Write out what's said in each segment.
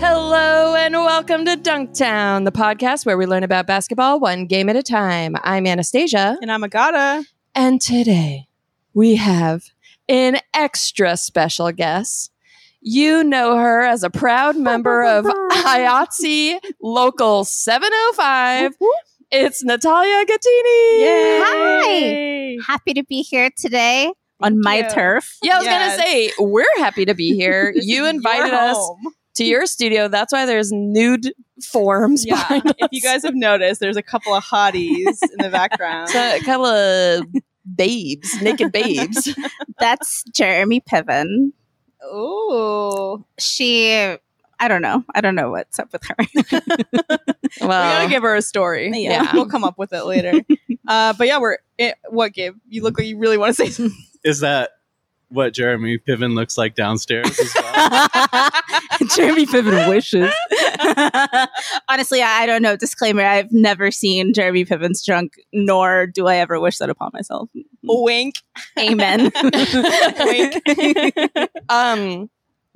Hello and welcome to Dunktown, the podcast where we learn about basketball one game at a time. I'm Anastasia, And I'm Agata. and today we have an extra special guest. You know her as a proud member of IOTC Local 705. It's Natalia Gattini. Yay. Happy to be here today. On my you. turf. Yeah, I was Yes. going to say, we're happy to be here. This you is invited your us home. to your studio. That's why there's nude forms Yeah. behind If you guys have noticed, there's a couple of hotties in the background. So a couple of babes, naked babes. That's Jeremy Piven. Ooh. She, I don't know. I don't know what's up with her. we Well, gotta give her a story. Yeah. We'll come up with it later. uh, but yeah, we're. It, what, Gabe? You look like you really want to say something. Is that what Jeremy Piven looks like downstairs as well? Jeremy Piven wishes. Honestly, I I don't know. Disclaimer I've never seen Jeremy Piven's drunk, nor do I ever wish that upon myself. Wink. Amen. Wink. um,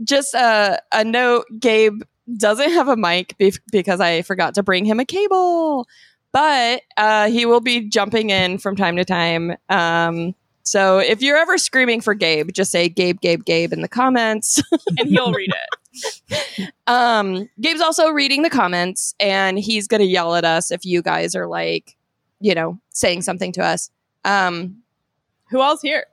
just uh, a note: Gabe doesn't have a mic bef- because I forgot to bring him a cable, but uh, he will be jumping in from time to time. Um, so if you're ever screaming for Gabe, just say Gabe, Gabe, Gabe in the comments. and he'll read it. Um, Gabe's also reading the comments and he's going to yell at us if you guys are like, you know, saying something to us. Um, Who all's here?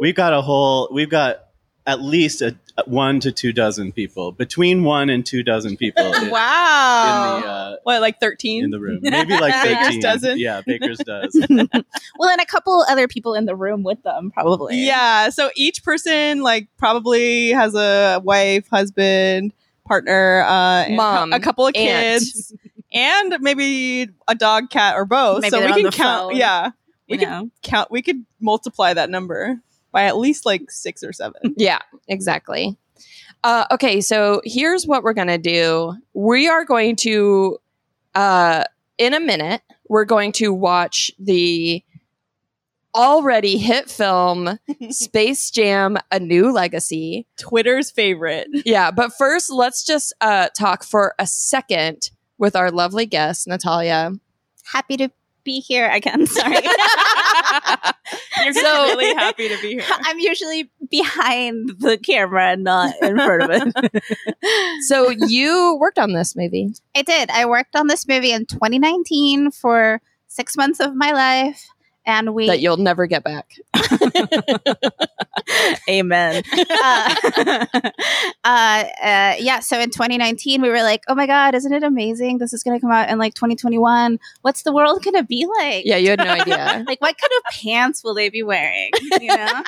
We've got a whole, we've got at least a, one to two dozen people, between one and two dozen people in, in the, Wow. uh, what, like 13? in the room. Maybe like 13. Baker's dozen. Yeah, Baker's does. well, and a couple other people in the room with them, probably. Yeah. So each person like probably has a wife, husband, partner, uh, and a cou- Mom, a couple of aunt. kids, and maybe a dog, cat, or both. Maybe so we they're on can the count. phone. Yeah, You We could- know? count. We could multiply that number by at least like six or seven. yeah, exactly. Uh, okay, so here's what we're going to do we are going to, uh, in a minute, we're going to watch the already hit film Space Jam A New Legacy. Twitter's favorite. yeah, but first, let's just uh, talk for a second with our lovely guest, Natalia. Happy to be here again. Sorry. You're So- really happy to be here. I'm usually behind the camera, not in front of it. So you worked on this movie. I did. I worked on this movie in 2019 for six months of my life. And we, that you'll never get back. amen. uh, uh, uh, yeah. So in 2019, we were like, oh my God, isn't it amazing? This is going to come out in like 2021. What's the world going to be like? Yeah, you had no idea. Like, what kind of pants will they be wearing? You know?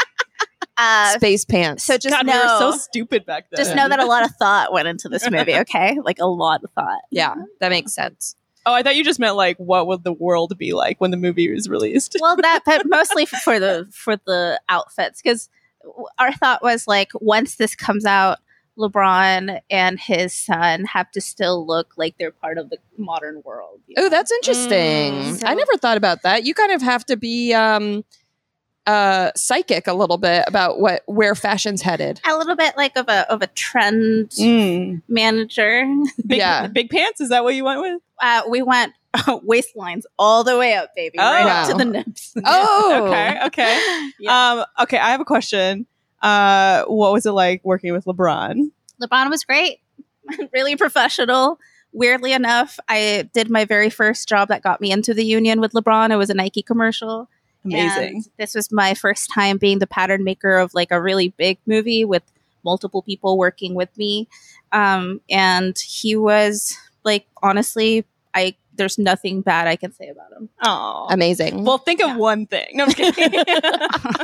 uh, Space pants. so just God, know. we were so stupid back then. just know that a lot of thought went into this movie, okay? Like a lot of thought. yeah, that makes sense. Oh, I thought you just meant like what would the world be like when the movie was released? well that but mostly for the for the outfits because our thought was like once this comes out lebron and his son have to still look like they're part of the modern world you know? Oh, that's interesting. Mm. I never thought about that. You kind of have to be um uh psychic a little bit about what where fashion's headed. a little bit like of a of a trend Mm. manager Mm. Big, Yeah. big pants. Is that what you went with? uh, we went waistlines all the way up baby right up Oh. to the nips Oh, Okay. Okay. Yeah. Um, okay, I have a question. Uh, what was it like working with LeBron? LeBron was great, really professional. Weirdly enough, I did my very first job that got me into the union with LeBron. It was a Nike commercial. Amazing. And this was my first time being the pattern maker of like a really big movie with multiple people working with me. Um, and he was like, honestly, I there's nothing bad I can say about him. Oh, amazing. well, think of Yeah. one thing. No, I'm kidding.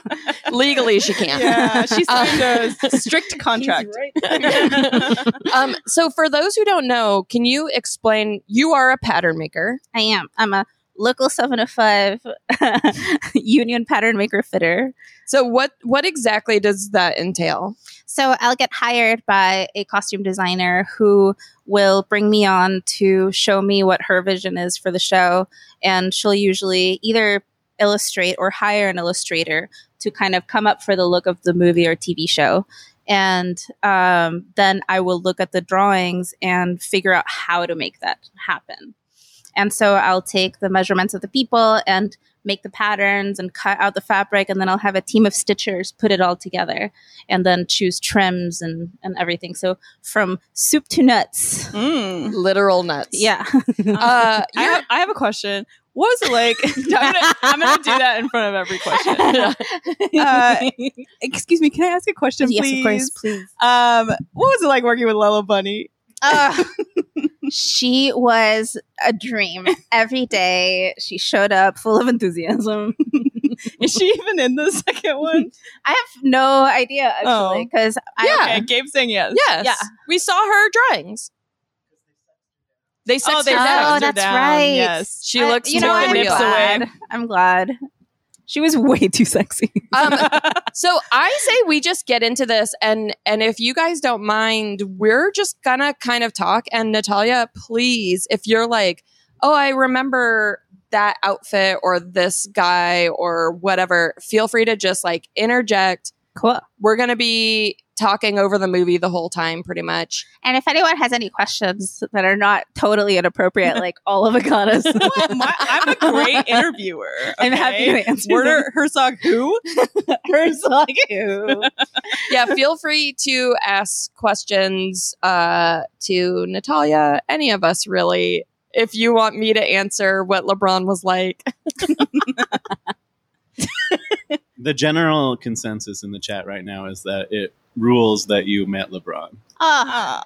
legally she can't. yeah, she Um, signed a strict contract. Uh, He's right Um, so for those who don't know, can you explain? You are a pattern maker. I am. I'm a local 705 union pattern maker fitter. So what what exactly does that entail? So I'll get hired by a costume designer who will bring me on to show me what her vision is for the show. And she'll usually either illustrate or hire an illustrator to kind of come up for the look of the movie or TV show. and um, then I will look at the drawings and figure out how to make that happen. And so I'll take the measurements of the people and make the patterns and cut out the fabric, and then I'll have a team of stitchers put it all together and then choose trims and, and everything. So from soup to nuts. Mm. Literal nuts. Yeah. Uh, I, you're- have, I have a question. What was it like? I'm, gonna, I'm gonna do that in front of every question. Uh, Excuse me, can I ask a question, yes, please? of course, please. Um, what was it like working with Lella Bunny? Ugh. Uh, she was a dream. Every day she showed up full of enthusiasm. Is she even in the second one? I have no idea actually Oh. because Yeah. okay, Gabe's saying yes. yes. Yeah. We saw her drawings. They sexed Oh, they her sexed down. oh her that's down, right. yes. She looks you know, more I'm real. glad. I'm glad. She was way too sexy. Um, so I say we just get into this, and and if you guys don't mind, we're just gonna kind of talk. And Natalia, please, if you're like, oh, I remember that outfit or this guy or whatever, feel free to just like interject. Cool. We're gonna be talking over the movie the whole time, pretty much. And if anyone has any questions that are not totally inappropriate, like all of Agata's, My, I'm a great interviewer. I'm happy okay? to answer. them. Werner Herzog, who? Herzog, who? Yeah, feel free to ask questions uh, to Natalia, any of us really. If you want me to answer what LeBron was like, The general consensus in the chat right now is that it rules that you met LeBron. Oh, Ah,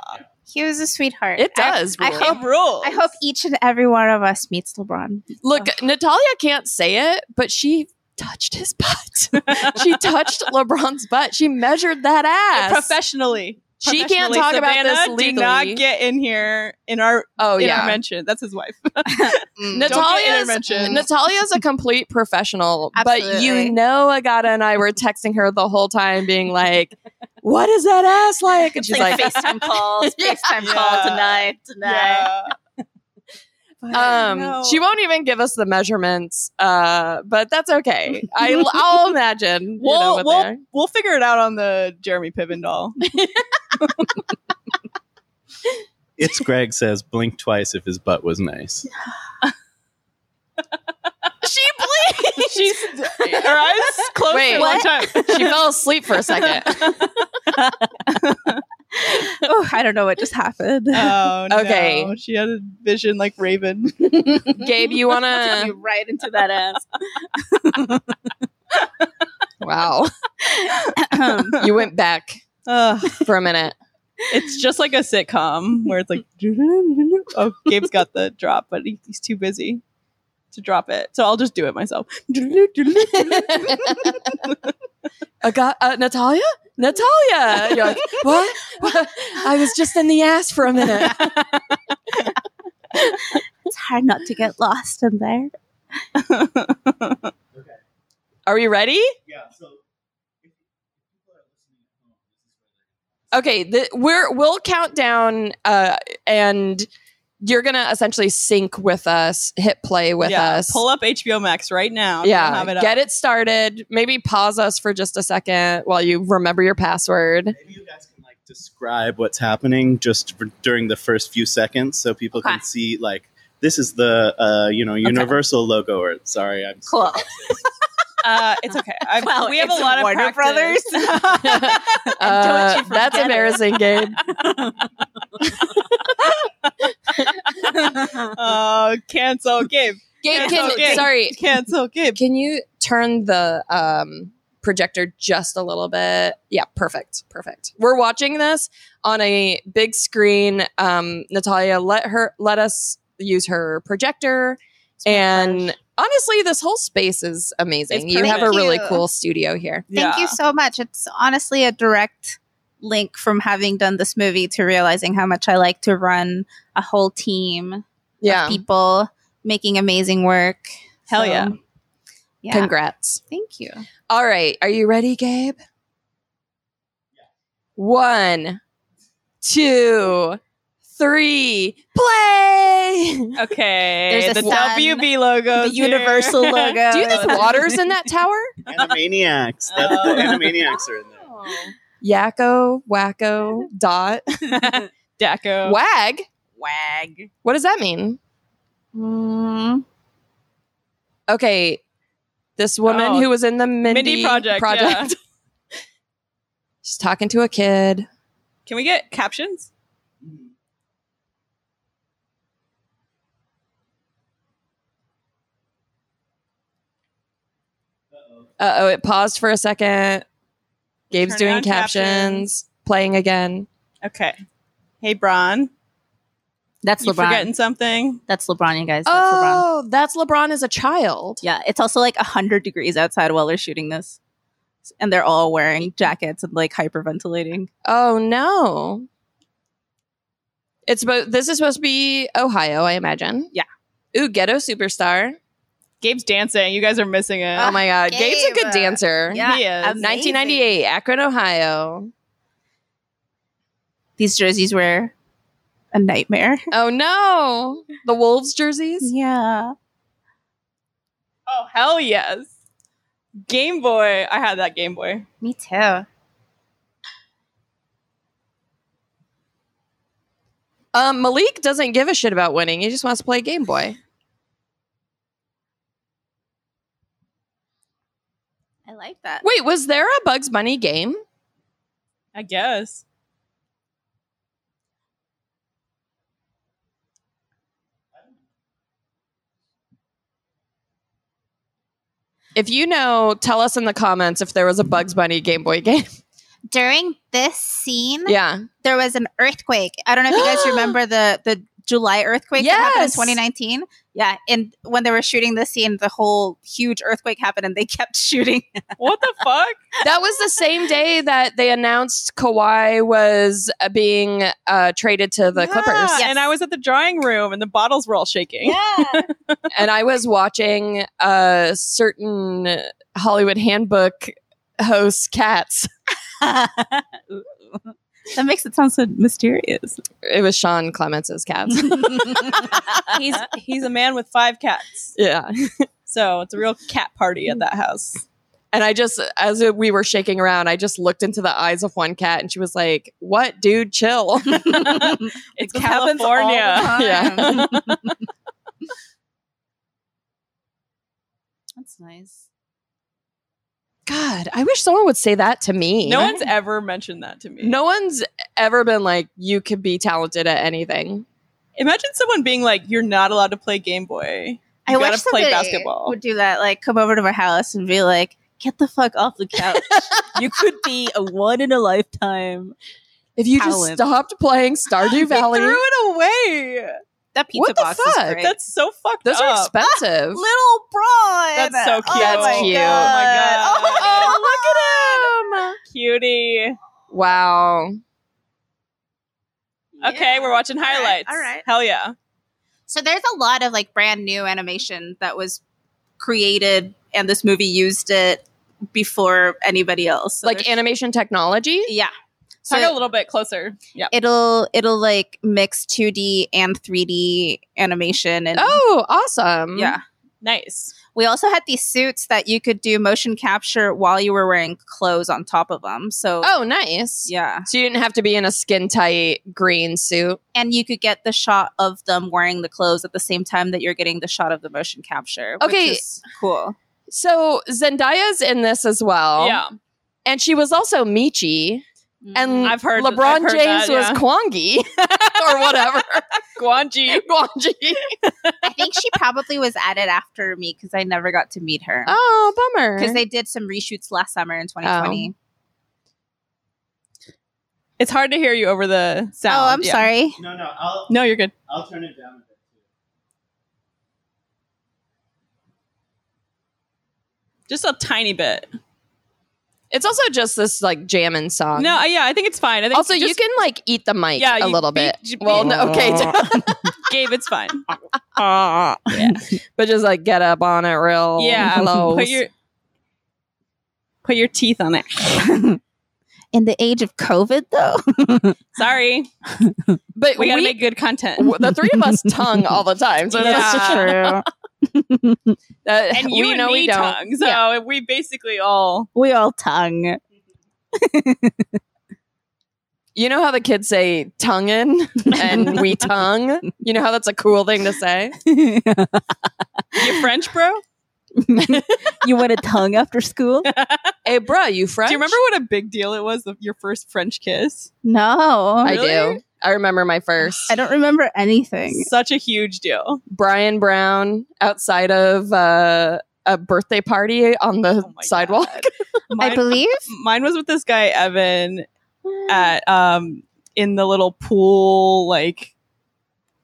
he was a sweetheart. it I- does. I rule. hope- rules. I hope each and every one of us meets LeBron. Look, Natalia can't say it, but she touched his butt. she touched LeBron's butt. She measured that ass. professionally. She can't Professionally, talk about Savannah, this Do not legally. get in here in our oh yeah, intervention. That's his wife. Mm. get Natalia's intervention. Natalia's a complete professional, but Absolutely. you know, Agata and I were texting her the whole time, being like, "What is that ass like?" And she's like, FaceTime calls, FaceTime Yeah. call tonight, um, she won't even give us the measurements, uh, but that's okay. I, will imagine. you know, We'll what they we'll are. we'll figure it out on the Jeremy Piven doll. It's Greg says, blink twice if his butt was nice. she bleeds. She's her eyes closed Wait, for a long time. she fell asleep for a second. oh, I don't know what just happened. Oh no. Okay. She had a vision like Raven. Gabe, you want Took to? you right into that wow, ass. you went back Ugh, for a minute. it's just like a sitcom where it's like oh Gabe's got the drop, but he, he's too busy to drop it. So I'll just do it myself. I got uh, Natalia. Natalia, you're like what? What? I was just in the ass for a minute. it's hard not to get lost in there. Are we ready? Yeah, so Okay, the, we're we'll count down, uh, and you're gonna essentially sync with us, hit play with Yeah, us. Pull up HBO Max right now. yeah, Have get up. it started. Maybe pause us for just a second while you remember your password. Maybe you guys can like describe what's happening just for, during the first few seconds, so people can Okay. see like this is the uh, you know Universal logo. Or sorry, I'm Cool. Uh, it's okay. I've, Well, we have a it's lot of Warner practice. Uh, you forget that's it. embarrassing, Gabe. Oh, cancel Gabe. Gabe, Cancel can, Gabe. sorry, Cancel Gabe. can you turn the um, projector just a little bit? Yeah, perfect, perfect. We're watching this on a big screen. Um, Natalia, let her let us use her projector, and honestly, this whole space is amazing. It's You have a perfect. really Thank you. cool studio here. Thank you so much. It's honestly a direct link from having done this movie to realizing how much I like to run a whole team Yeah, of people making amazing work. Hell yeah. Yeah. congrats. Thank you. All right, are you ready, Gabe? One, two, three, play. Okay. There's a the sun, WB logo. the Universal logo. Do you think water's in Uh, that tower? Animaniacs. That's the Animaniacs are in there. Yakko, Wacko, Dot, Daco. Wag. Wag. What does that mean? Mm, Okay, this woman Oh, who was in the Mindy, Mindy Project, She's talking to a kid. Can we get captions? Uh oh, it paused for a second. Gabe's Turn doing on captions, captions. playing again. Okay. Hey, Bron. that's you LeBron. forgetting something? That's LeBron, you guys. That's LeBron. oh, that's LeBron as a child. Yeah, it's also like 100 degrees outside while they're shooting this. And they're all wearing jackets and like hyperventilating. Oh no. It's about this is supposed to be Ohio, I imagine. Yeah. Ooh, ghetto superstar. Gabe's dancing. You guys are missing it. Oh my god. Gabe. Gabe's a good dancer. Yeah, He is. amazing. 1998, Akron, Ohio. These jerseys were a nightmare. Oh no. The Wolves jerseys. Yeah. Oh hell yes. Game Boy. I had that Game Boy. Me too. Um, Malik doesn't give a shit about winning. He just wants to play Game Boy. I like that. Wait, was there a Bugs Bunny game? I guess. If you know, tell us in the comments if there was a Bugs Bunny Game Boy game. During this scene, yeah. there was an earthquake. I don't know if you guys remember the the July earthquake that happened in Yes. 2019. Yeah, and when they were shooting this scene, the whole huge earthquake happened, and they kept shooting. What the fuck? That was the same day that they announced Kawhi was uh, being uh, traded to the Yeah. Clippers. Yes. And I was at the drawing room and the bottles were all shaking. And I was watching a certain Hollywood handbook host, Cats. that makes it sound so mysterious. It was Sean Clements' Cats. He's he's a man with five cats. yeah. So it's a real cat party at that house. And I just, as we were shaking around, I just looked into the eyes of one cat and she was like, What, dude, chill. It's This happens all the California. yeah. That's nice. God, I wish someone would say that to me. No one's ever mentioned that to me. no one's ever been like, You could be talented at anything. Imagine someone being like, You're not allowed to play Game Boy. I You wish gotta play somebody basketball. would Do that, like come over to my house and be like, get the fuck off the couch. you could be a one in a lifetime. If you just Talent. stopped playing Stardew Valley, He threw it away. That pizza What the box fuck? is great. That's so fucked those are up. expensive. little broad. That's so cute. That's my cute. Oh my God. Oh, look at him. Cutie. wow. Okay, we're watching right, highlights. all right. Hell yeah. So there's a lot of like brand new animation that was created, and this movie used it before anybody else. So like there's- animation technology. yeah. So Talk a little bit closer. Yeah. it'll it'll like mix 2D and 3D animation and Oh, awesome. yeah. Nice. We also had these suits that you could do motion capture while you were wearing clothes on top of them. So Oh, nice. yeah, So you didn't have to be in a skin tight green suit. and you could get the shot of them wearing the clothes at the same time that you're getting the shot of the motion capture. which Okay. is cool. So Zendaya's in this as well. yeah. And she was also Michi. Mm. And Mm, I've heard- LeBron I've heard James that, was yeah. Kwangi or whatever. Guanji. Kwangi. I think she probably was added after me because I never got to meet her Oh, bummer. because they did some reshoots last summer in 2020. It's hard to hear you over the Oh, sound. I'm Yeah. sorry. No, no, I'll No, you're good. I'll turn it down a bit. Just a tiny bit. it's also just this like jamming song. No, I- yeah, I think it's fine. I think Also, you just- can like eat the mic Yeah, a you little beat- bit. you beat- well, no, okay, Gabe, it's fine. but just like get up on it real. yeah. low. Put your put your teeth on it. In the age of COVID, though, Sorry. but We we, gotta make good content. w- the three of us tongue all the time. So it's Yeah. just- true. that and you we and know me we don't. tongue. So we basically all We all tongue. You know how the kids say tonguing and we tongue? You know how that's a cool thing to say? You French, bro? you want a tongue after school? Hey, bruh, you French? Do you remember what a big deal it was? The, your first French kiss, No, I do. Really? I remember my first. I don't remember anything. such a huge deal. Brian Brown outside of uh, a birthday party on the Oh my sidewalk. God. I Mine- believe. mine was with this guy Evan at um in the little pool like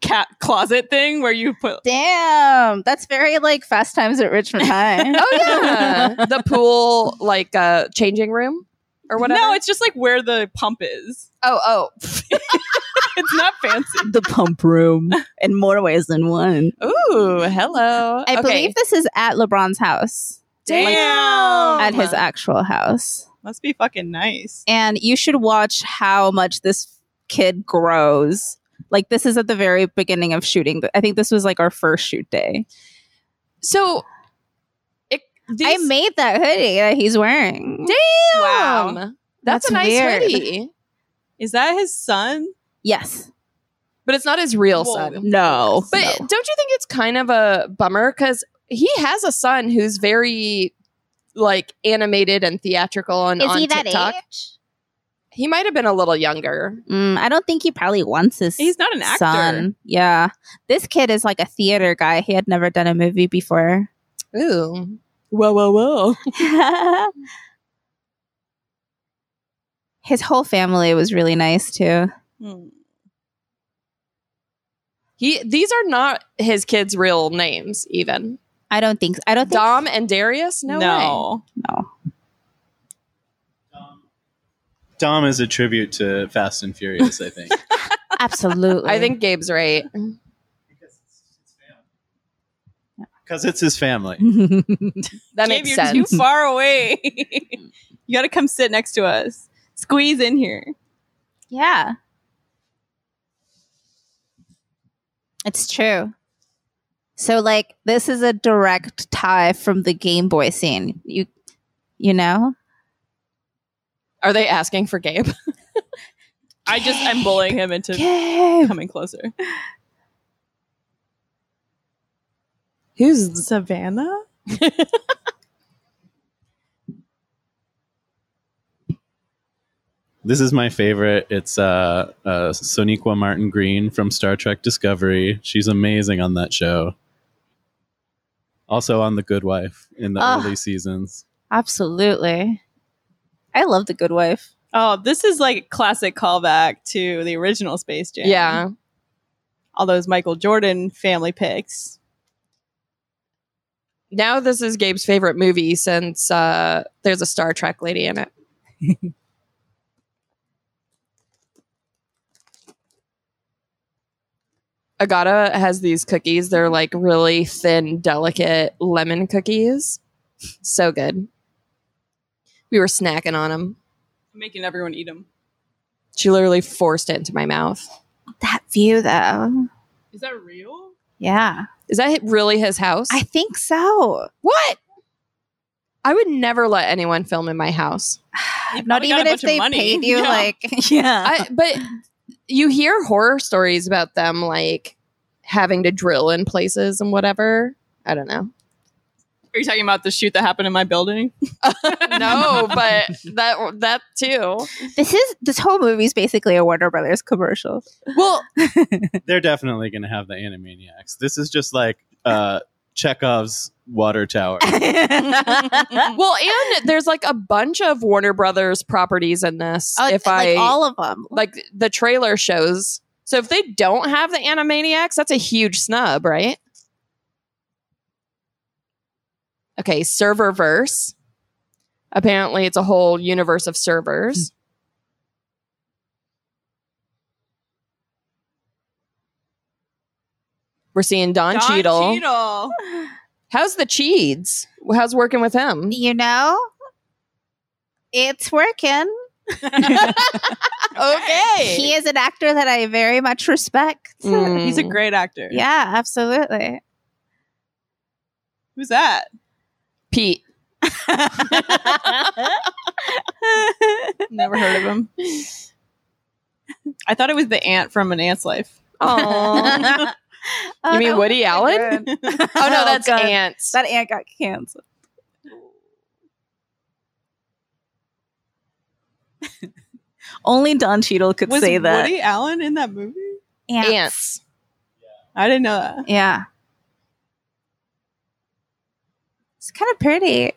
cat closet thing where you put Damn, that's very like Fast Times at Richmond High. Oh yeah, the pool like uh, changing room or whatever. No, it's just like where the pump is. oh oh. It's not fancy. the pump room in more ways than one. Ooh, hello. I believe this is at LeBron's house, Damn. at his actual house. Must be fucking nice. And you should watch how much this kid grows. Like this is at the very beginning of shooting. I think this was like our first shoot day. so. It, these, I made that hoodie that he's wearing. Damn. Wow. That's, That's a nice weird. hoodie, Is that his son? Yes. but it's not his real Whoa. son. No. But No. don't you think it's kind of a bummer because he has a son who's very like animated and theatrical and on TikTok. age? He might have been a little younger. Mm, I don't think he probably wants his He's not an actor. son. Yeah. This kid is like a theater guy. He had never done a movie before. Ooh. Whoa, whoa, whoa. his whole family was really nice too. Hmm. He these are not his kids' real names, even. I don't think I don't think Dom and Darius? No, way. no. Dom is a tribute to Fast and Furious, I think. Absolutely. I think Gabe's right. Because it's his family. That Gabe, makes you're too sense. far away. you got to come sit next to us. Squeeze in here. Yeah. It's true. So like this is a direct tie from the Game Boy scene. You you know? Are they asking for Gabe? I just I'm bullying him into Gabe. coming closer. Who's Savannah? This is my favorite. It's uh, uh, Soniqua Martin Green from Star Trek Discovery. She's amazing on that show. Also on The Good Wife in the Ah. early seasons. Absolutely. I love the good wife. Oh, this is like classic callback to the original Space Jam. yeah. All those Michael Jordan family pics. Now this is Gabe's favorite movie since uh, there's a Star Trek lady in it. Agata has these cookies. They're like really thin, delicate lemon cookies. So good. We were snacking on them. Making everyone eat them. She literally forced it into my mouth. That view though. Is that real? Yeah. Is that really his house? I think so. what? I would never let anyone film in my house. Not probably got a even if bunch of they money. paid you Yeah. like yeah. Uh-uh. I, but you hear horror stories about them like having to drill in places and whatever. I don't know. Are you talking about the shoot that happened in my building? No, but that that too. this is this whole movie is basically a Warner Brothers commercial. Well, They're definitely going to have the Animaniacs. This is just like uh, Chekhov's water tower. Uh, well, and there's like a bunch of Warner Brothers properties in this. Oh, if like I all of them. like the trailer shows. So if they don't have the Animaniacs, that's a huge snub, right? Okay, serververse. Apparently, it's a whole universe of servers. We're seeing Don, Cheadle. Cheadle. How's the Cheeds? How's working with him? you know, it's working. okay. He is an actor that I very much respect. Mm. He's a great actor. Yeah, absolutely. Who's that? Pete. Never heard of him. I thought it was the ant from An Ant's Life. Oh, you mean Woody Allen? Allen? oh Oh no, that's God. ants. That ant got canceled. Only Don Cheadle could was say that. Woody Allen in that movie? Ants. ants. I didn't know that. Yeah. It's kind of pretty.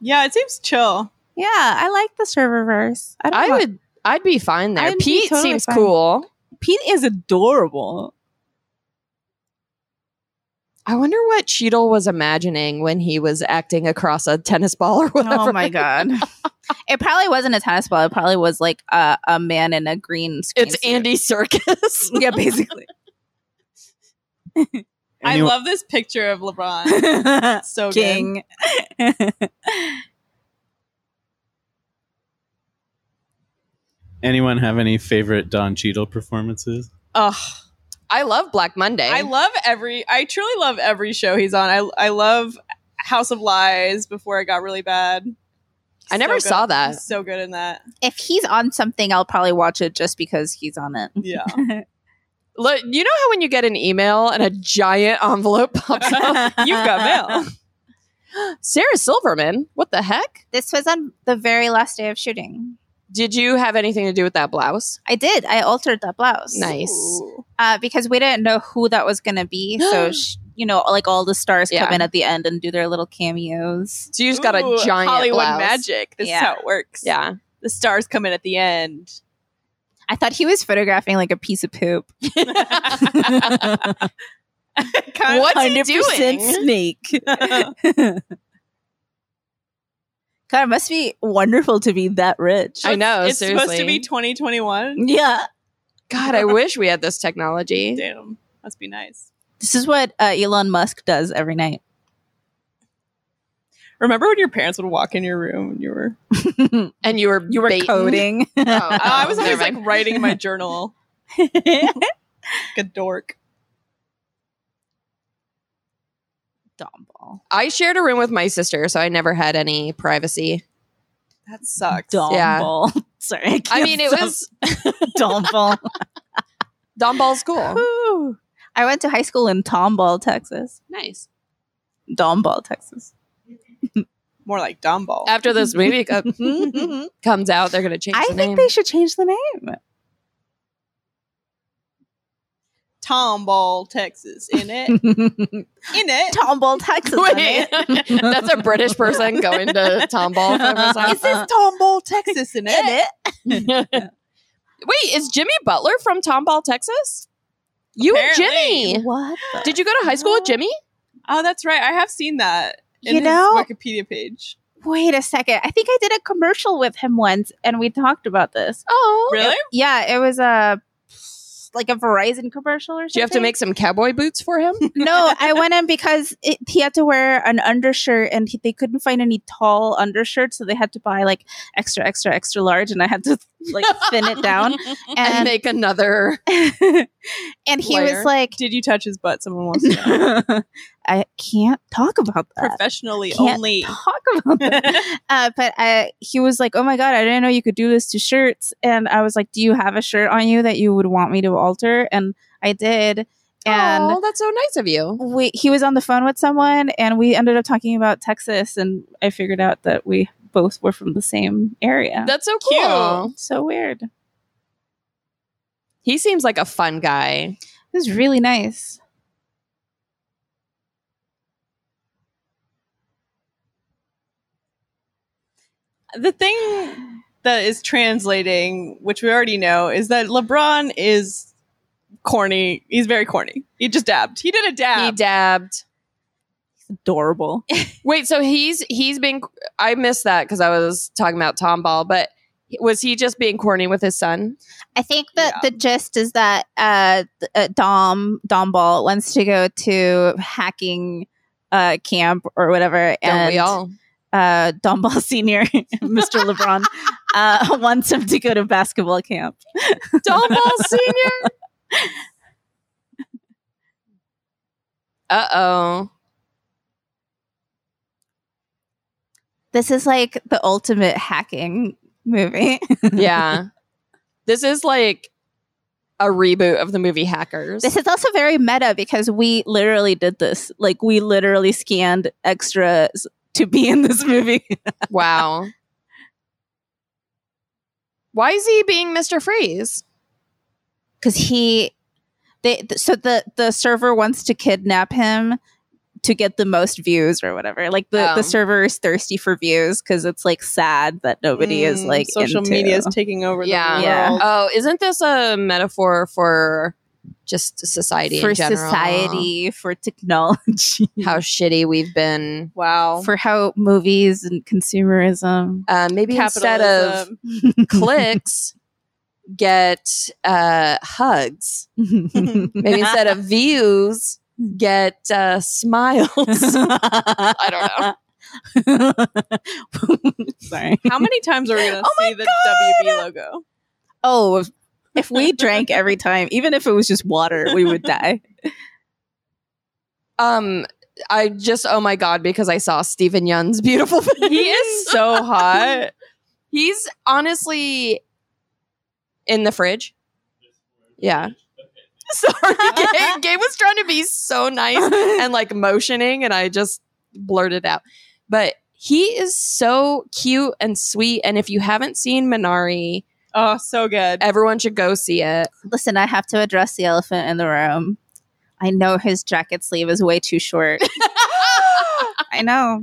Yeah, it seems chill. Yeah, I like the serververse. I don't I want- would. I'd be fine there. I'd be Pete totally seems fine. cool. Pete is adorable. I wonder what Cheadle was imagining when he was acting across a tennis ball or whatever. Oh my god. it probably wasn't a tennis ball. It probably was like a, a man in a green screen. It's suit. Andy Circus. Yeah, basically. I Anyone- love this picture of LeBron. King. It's so good. Anyone have any favorite Don Cheadle performances? Ugh. I love Black Monday. I love every. I truly love every show he's on. I I love House of Lies before it got really bad. I never good- saw that. he's so good in that. if he's on something, I'll probably watch it just because he's on it. Yeah. Look, you know how when you get an email and a giant envelope pops up, You've got mail. Sarah Silverman. What the heck? This was on the very last day of shooting. Did you have anything to do with that blouse? I did. I altered that blouse. Nice. Ooh. Uh, because we didn't know who that was going to be. So, sh- you know, like all the stars Yeah. come in at the end and do their little cameos. So you just got a Ooh, giant Hollywood blouse. magic. This Yeah. is how it works. Yeah. The stars come in at the end. I thought he was photographing like a piece of poop. Kind of- What's he 100% doing? snake. God, it must be Wonderful to be that rich. I know. It's seriously. Mm-hmm. supposed to be 2021. yeah. God, I wish we had this technology. Damn. Must be nice. This is what uh, Elon Musk does every night. Remember when your parents would walk in your room and you were? And you were You were baiting. coding. Oh, Oh, I was never always mind. like writing in my journal. like a dork. Domball. I shared a room with my sister, so I never had any privacy. That sucks. Yeah. Domball. Sorry. I, can't I mean, it stop. was Domball. Domball's cool. Whew. I went to high school in Tomball, Texas. nice. Domball, Texas. More like Domball. After this movie co- hmm, comes out, they're going to change I the think name. they should change the name. Tomball, Texas. In it. in it. Tomball, Texas. Wait, that's a British person going to Tomball. for a song. It says Tomball, Texas. In it. it? Wait, is Jimmy Butler from Tomball, Texas? You and Apparently. Jimmy. What? the- Did you go to high school with Jimmy? Oh, that's right. I have seen that. In You his know- Wikipedia page. Wait a second. I think I did a commercial with him once, and we talked about this. Oh. Really? Yeah, it was a like a Verizon commercial or something. Do you have to make some cowboy boots for him? no, I went in because it, he had to wear an undershirt and he, they couldn't find any tall undershirts, so they had to buy like extra, extra, extra large, and I had to like thin it down. and And make another. and he layer. was like, Did you touch his butt? Someone wants to know. I can't talk about that. Professionally Can't only. Talk about that. uh, but I, he was like, "Oh my god, I didn't know you could do this to shirts." And I was like, "Do you have a shirt on you that you would want me to alter?" And I did. And oh, that's so nice of you. we he was on the phone with someone and we ended up talking about Texas and I figured out that we both were from the same area. That's so Cute. cool. so weird. It He seems like a fun guy. was really nice. the thing that is translating, which we already know, is that LeBron is corny. He's very corny. He just dabbed. He did a He dab. dabbed. Adorable. Wait, so he's he's been. I missed that because I was talking about Tom Ball, but was he just being corny with his son? I think that Yeah. the gist is that uh, th- uh Dom Dom Ball wants to go to hacking uh camp or whatever Don't and we all? uh Dom Ball senior Mr. LeBron uh wants him to go to basketball camp. Tom Ball Senior. Uh oh. This is like the ultimate hacking movie. Yeah. This is like a reboot of the movie Hackers. This is also very meta because we literally did this. Like we literally scanned extras to be in this movie. wow. Why is he being Mr. Freeze? because he they th- so the the server wants to kidnap him to get the most views or whatever like the Oh. the server is thirsty for views because it's like sad that nobody is Mm, like social into- media is taking over Yeah. the Yeah. world. Oh, isn't this a metaphor for just society for in general? society for technology How shitty we've been. Wow. for how movies and consumerism Uh, maybe instead of Capitalism. clicks, get uh, hugs. Maybe instead of views, get uh, smiles. I don't know. Sorry. How many times are we going to Oh my see the WB logo? oh if- if we drank every time even if it was just water we would die um, I just oh my god because I saw Stephen Yun's beautiful face. He is so hot. He's honestly in the fridge. Yeah. Sorry, Gabe, Gabe was trying to be so nice and like motioning, and I just blurted out. But he is so cute and sweet. And if you haven't seen Minari, Oh, so good. everyone should go see it. Listen, I have to address the elephant in the room. I know his jacket sleeve is way too short. I know.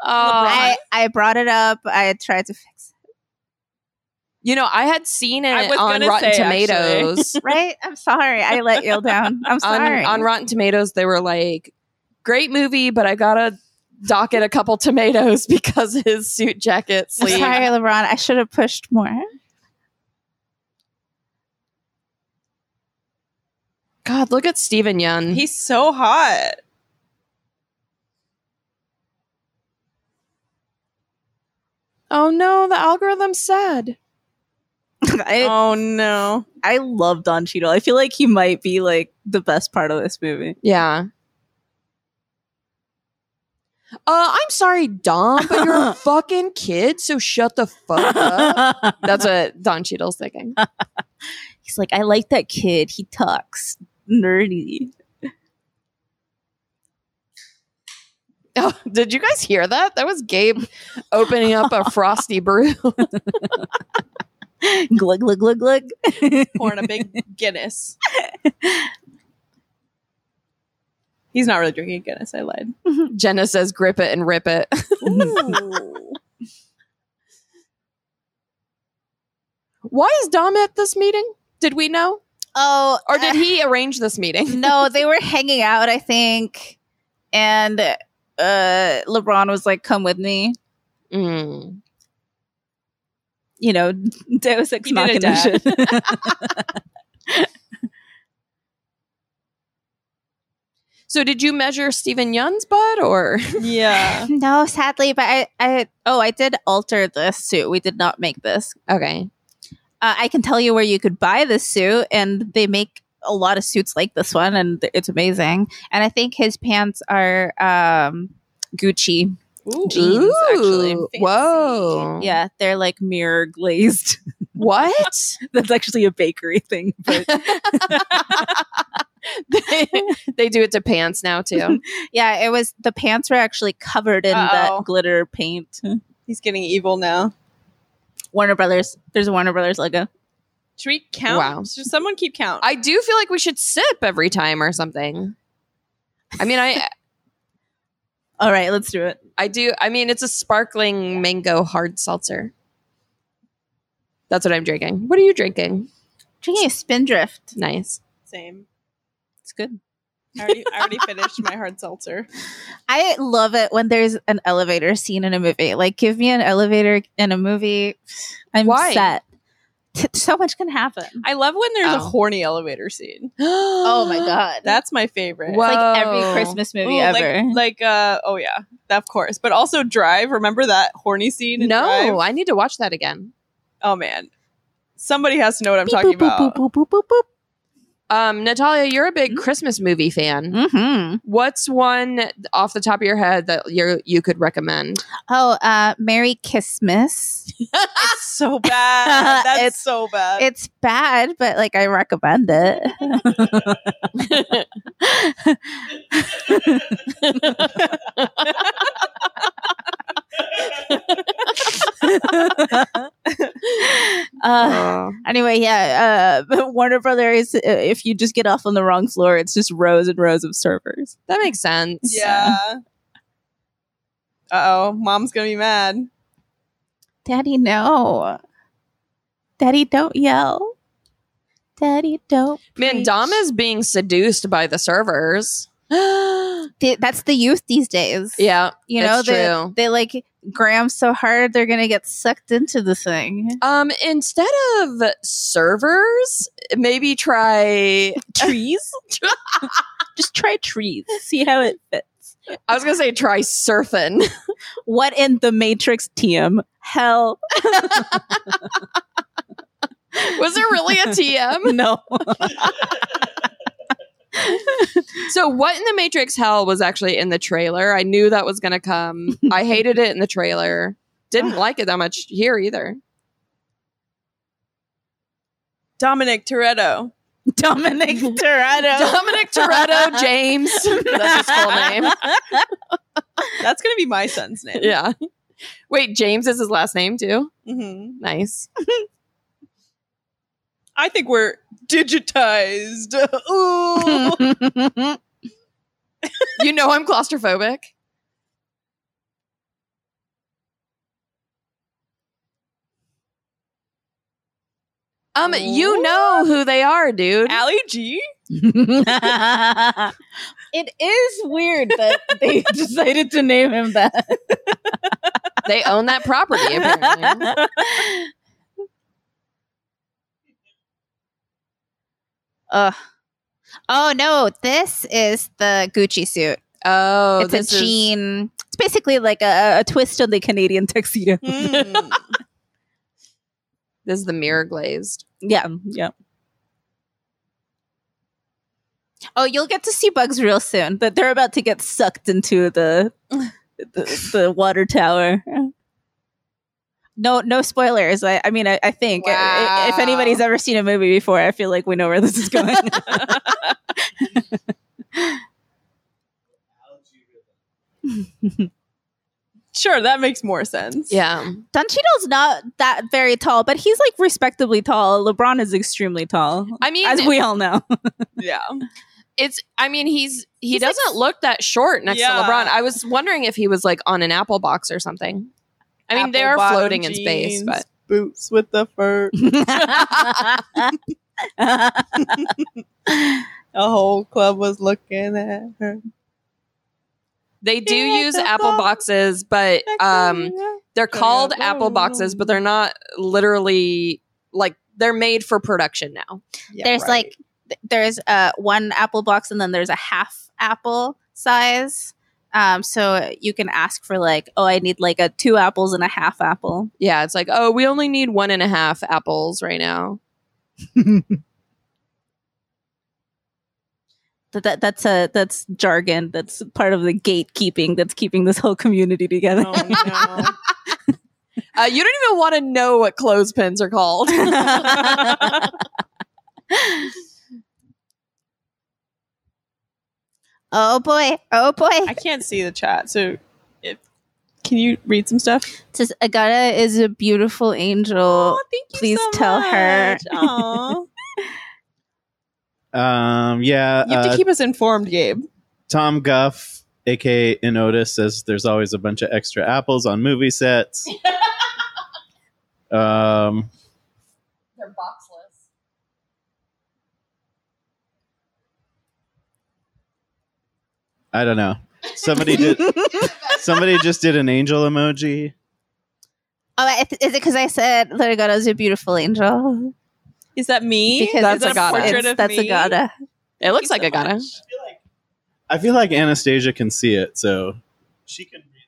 Uh, Uh, I, I brought it up. I tried to fix you know, I had seen I it was on gonna Rotten say, actually. Tomatoes. it. Right? I'm sorry. I let you down. I'm on, sorry. on Rotten Tomatoes, they were like, great movie, but I gotta dock it a couple tomatoes because his suit jacket I'm sleeve. sorry, LeBron. I should have pushed more. God, look at Steven Yeun. He's so hot. oh no, the algorithm said. I, Um, oh no. I love Don Cheadle. I feel like he might be like the best part of this movie. Yeah. Uh, I'm sorry, Dom, but you're a fucking kid, so shut the fuck up. That's what Don Cheadle's thinking. He's like, I like that kid. He talks nerdy. Oh, did you guys hear that? That was Gabe opening up a frosty brew. glug glug glug glug. Pouring a big Guinness. He's not really drinking Guinness. I lied. Jenna says, "Grip it and rip it." Why is Dom at this meeting? Did we know, Oh, or did he arrange this meeting? no, they were hanging out, I think. And uh, LeBron was like, come with me. Mm. you know, Deus Ex He did a Machina dad. shit. So, did you measure Stephen Yun's butt, or yeah. No, sadly, but I, I, oh, I did alter this suit. We did not make this. okay? uh, I can tell you where you could buy this suit, and they make a lot of suits like this one, and th- it's amazing. And I think his pants are um, Gucci. Ooh. Jeans, actually. Ooh, Oh. Whoa! Yeah, they're like mirror glazed. What? That's actually a bakery thing. But they, they do it to pants now too. yeah, it was the pants were actually covered in Uh-oh. that glitter paint. He's getting evil now. Warner Brothers. There's a Warner Brothers logo. Should we count? Wow. Should someone keep count? I do feel like we should sip every time or something. I mean, I all right, let's do it. I do. I mean, it's a sparkling mango hard seltzer. That's what I'm drinking. What are you drinking? Drinking a spindrift. Nice. Same. It's good. I already, I already finished my hard seltzer. I love it when there's an elevator scene in a movie. Like, give me an elevator in a movie. I'm Why? set. so much can happen. I love when there's a Oh. horny elevator scene. Oh my god. That's my favorite. What It's like every Whoa. Christmas movie Ooh, like- ever. Like, uh, oh yeah, of course. But also Drive. Remember that horny scene? In Drive? No, I need to watch that again. Oh man, somebody has to know what I'm Beep, talking boop, boop, about. boop, boop, boop, boop, boop. Um, Natalia, you're a big Christmas movie fan. Mm-hmm. What's one off the top of your head that you you could recommend? Oh, uh, Merry Christmas. It's so bad. That's It's- so bad. It's bad, but like I recommend it. uh, Uh, anyway, yeah. Uh, Warner Brothers. uh, If you just get off on the wrong floor, it's just rows and rows of servers. that makes sense. yeah. Uh oh, mom's gonna be mad. Daddy, no. Daddy, don't yell. Daddy, don't. Man, preach. Dom is being seduced by the servers. yeah, Th- That's the youth these days. you know it's they true. they like gram so hard they're gonna get sucked into the thing. Um, instead of servers, maybe try Trees? Just try trees. See how it fits. I was gonna say try surfing. What in the Matrix TM? Hell Was there really a TM? no. So what in the Matrix Hell was actually in the trailer. I knew that was gonna come. I hated it in the trailer. Didn't Ah. like it that much here either. Dominic Toretto. Dominic Toretto. Dominic Toretto James. That's his full name. That's gonna be my son's name. Yeah. Wait, James is his last name too? hmm Nice. I think we're digitized. Ooh. You know I'm claustrophobic. Um, you know who they are, dude. Allie G. It is weird that they decided to name him that. They own that property, apparently. Ugh. Oh no, this is the Gucci suit. Oh, it's a this is- jean. It's basically like a, a twist on the Canadian tuxedo. Hmm. This is the mirror glazed. Yeah. yeah. Oh, you'll get to see bugs real soon. That they're about to get sucked into the the, the water tower. No, no spoilers. I, I mean, I, I think I- I- if Wow. anybody's ever seen a movie before, I feel like we know where this is going. Sure, that makes more sense. Yeah. Donchito's not that very tall, but he's like respectably tall. LeBron is extremely tall, I mean, as we all know. Yeah. it's. I mean, he's he doesn't look that short next Yeah. to LeBron. I was wondering if he was like on an apple box or something. I mean, they Apple are bottom floating in space, jeans, but boots with the fur, a whole club was looking at her. they do Yeah, use the apple bo- boxes. But um, "Oh, they're called apple boxes, but they're not literally like they're made for production now. Yeah, there's right. like th- there's uh, one apple box and then there's a half apple size um, so you can ask for like oh i need like a two apples and a half apple Yeah, it's like oh, we only need one and a half apples right now. that, that that's a that's jargon that's part of the gatekeeping that's keeping this whole community together Oh, no. Uh, you don't even want to know what clothespins are called. oh boy oh boy I can't see the chat, so if, can you read some stuff? It says agata is a beautiful angel thank you. please tell her. Aww. Um, yeah, You have uh, to keep us informed, Gabe. Tom Guff, aka Inoda, says there's always a bunch of extra apples on movie sets. um, they're boxless. I don't know. Somebody did. somebody just did an angel emoji. Oh, I th- is it because I said Larigata is a beautiful angel? Is that me? Because That's Is that Agata. a portrait It's- of that's me? Agata. It looks Thank like you I got it. I feel like Anastasia can see it, so she can read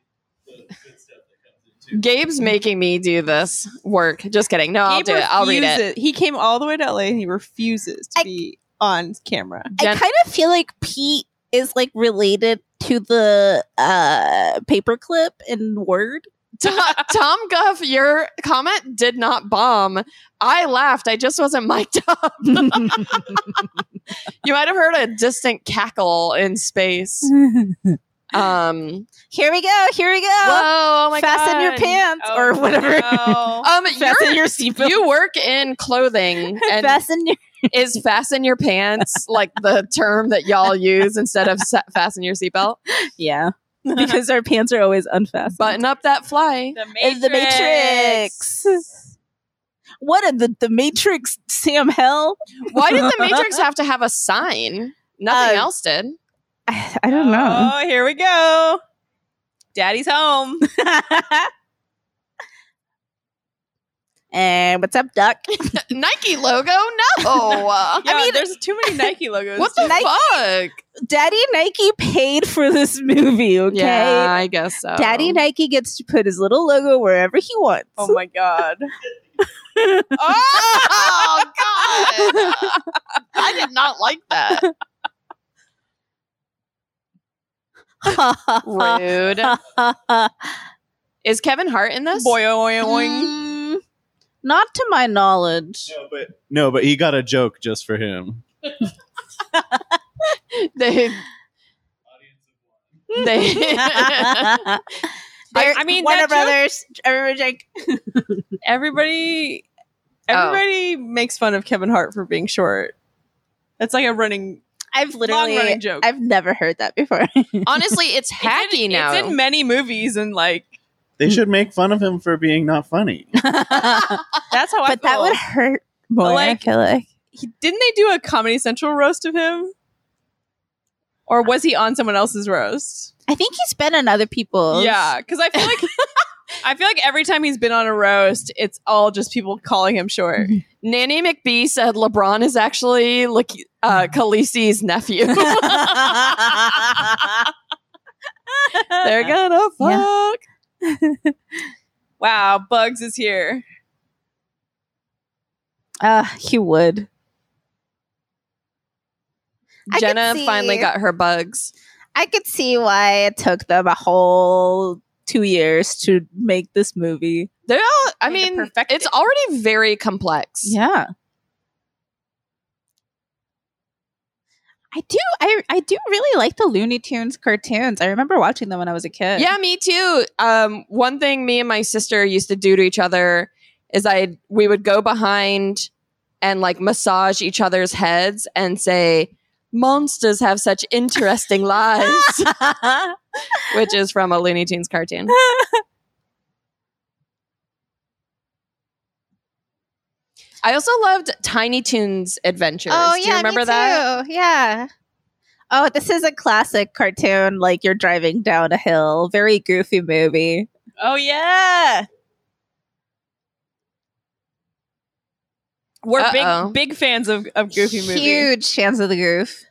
the good stuff that comes in too. Gabe's making me do this work. Just kidding. No, I'll Gabe do it. I'll read it. refuses- He came all the way to LA and he refuses to I- be on camera. Gen- I kind of feel like Pete is like related to the uh paperclip in Word. To- Tom Guff, your comment did not bomb. I laughed. I just wasn't mic'd up. You might have heard a distant cackle in space. Um, Here we go. Here we whoa, go. oh my Fasten God. Oh your pants or whatever. Oh, no. Um, Fasten you're- your seatbelt. you work in clothing, and Fasten your. is fasten your pants like the term that y'all use instead of sa- fasten your seatbelt? Yeah, because our pants are always unfastened. Button up that fly. the It's the Matrix. What in the the Matrix? Sam Hell. Why did the Matrix have to have a sign? Nothing Uh, else did. I, I don't know. Oh, here we go. Daddy's home. Oh. And what's up, Doc? Nike logo? No. Yeah, I mean- there's too many Nike logos. what the Nike- fuck? Daddy Nike paid for this movie. Okay. Yeah, I guess so. Daddy Nike gets to put his little logo wherever he wants. Oh my god. Oh god! I did not like that. Rude. Is Kevin Hart in this? boy, oing, oing. Mm, not to my knowledge. No, but no, but he got a joke just for him. They. They. I, I mean, that joke- Warner Brothers. Everybody drink. everybody, Oh. everybody makes fun of Kevin Hart for being short. That's like a running, I've long running literally. joke. I've never heard that before. honestly, it's hacky It's in- now. It's in many movies, and like They should make fun of him for being not funny. that's how I. but that feel. would hurt more. like- I feel like. He- didn't they do a Comedy Central roast of him? Or was he on someone else's roast? I think he's been on other people's. Yeah, because I feel like I feel like every time he's been on a roast, it's all just people calling him short. Nanny McBee said LeBron is actually like uh, Hmm. Khaleesi's nephew. They're gonna fuck. Wow, Bugs is here. Uh, he would. I could Jenna see- finally got her bugs. I could see why it took them a whole two years to make this movie. They're all. I Need to mean, perfect it's it. already very complex. Yeah. I do I I do really like the Looney Tunes cartoons. I remember watching them when I was a kid. Yeah, me too. Um, one thing me and my sister used to do to each other is I we would go behind and like massage each other's heads and say, "Monsters have such interesting lives," which is from a Looney Tunes cartoon. I also loved Tiny Toons Adventures. Oh yeah, do you remember that? Yeah. Oh, this is a classic cartoon. Like you're driving down a hill. Very goofy movie. Oh yeah. We're Uh-oh. big big fans of, of Goofy movie. Huge fans of the goof.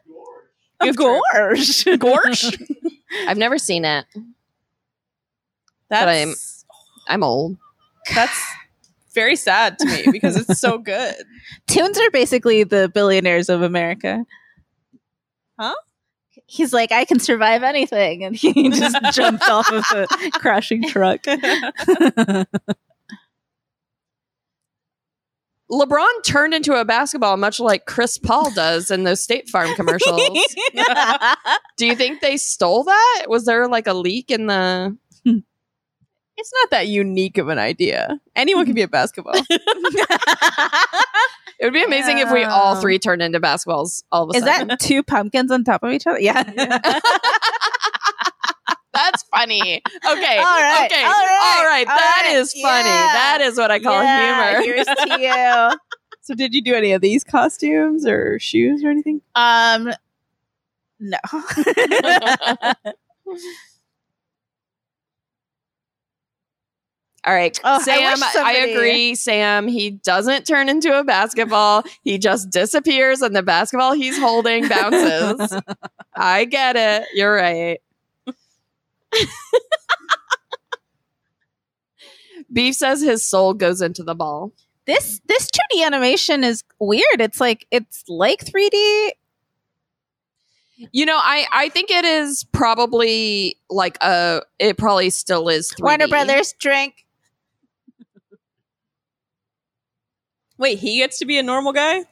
Goof Troop. Gorge. Gorge? I've never seen it. I'm- That's I'm old. that's very sad to me because it's so good. Tunes are basically the billionaires of America. Huh? He's like, I can survive anything. And he just jumped off of the crashing truck. LeBron turned into a basketball, much like Chris Paul does in those State Farm commercials. Do you think they stole that? Was there like a leak in the? It's not that unique of an idea. Anyone can be a basketball. It would be amazing if we all Yeah. three turned into basketballs all of a Is sudden. that two pumpkins on top of each other? Yeah. That's funny. Okay. all right, Okay. all right, All right. all That right, is funny. yeah. That is what I call humor. Yeah, Here's to you. so did you do any of these costumes or shoes or anything? Um, no. All right, Oh, I Sam. wish I, somebody- agree, Sam. He doesn't turn into a basketball. he just disappears, and the basketball he's holding bounces. I get it. You're right. Beef says his soul goes into the ball. This this 2D animation is weird. It's like it's like 3D. You know, I I think it is probably like a it probably still is 3D. Warner Brothers drink. Wait, he gets to be a normal guy?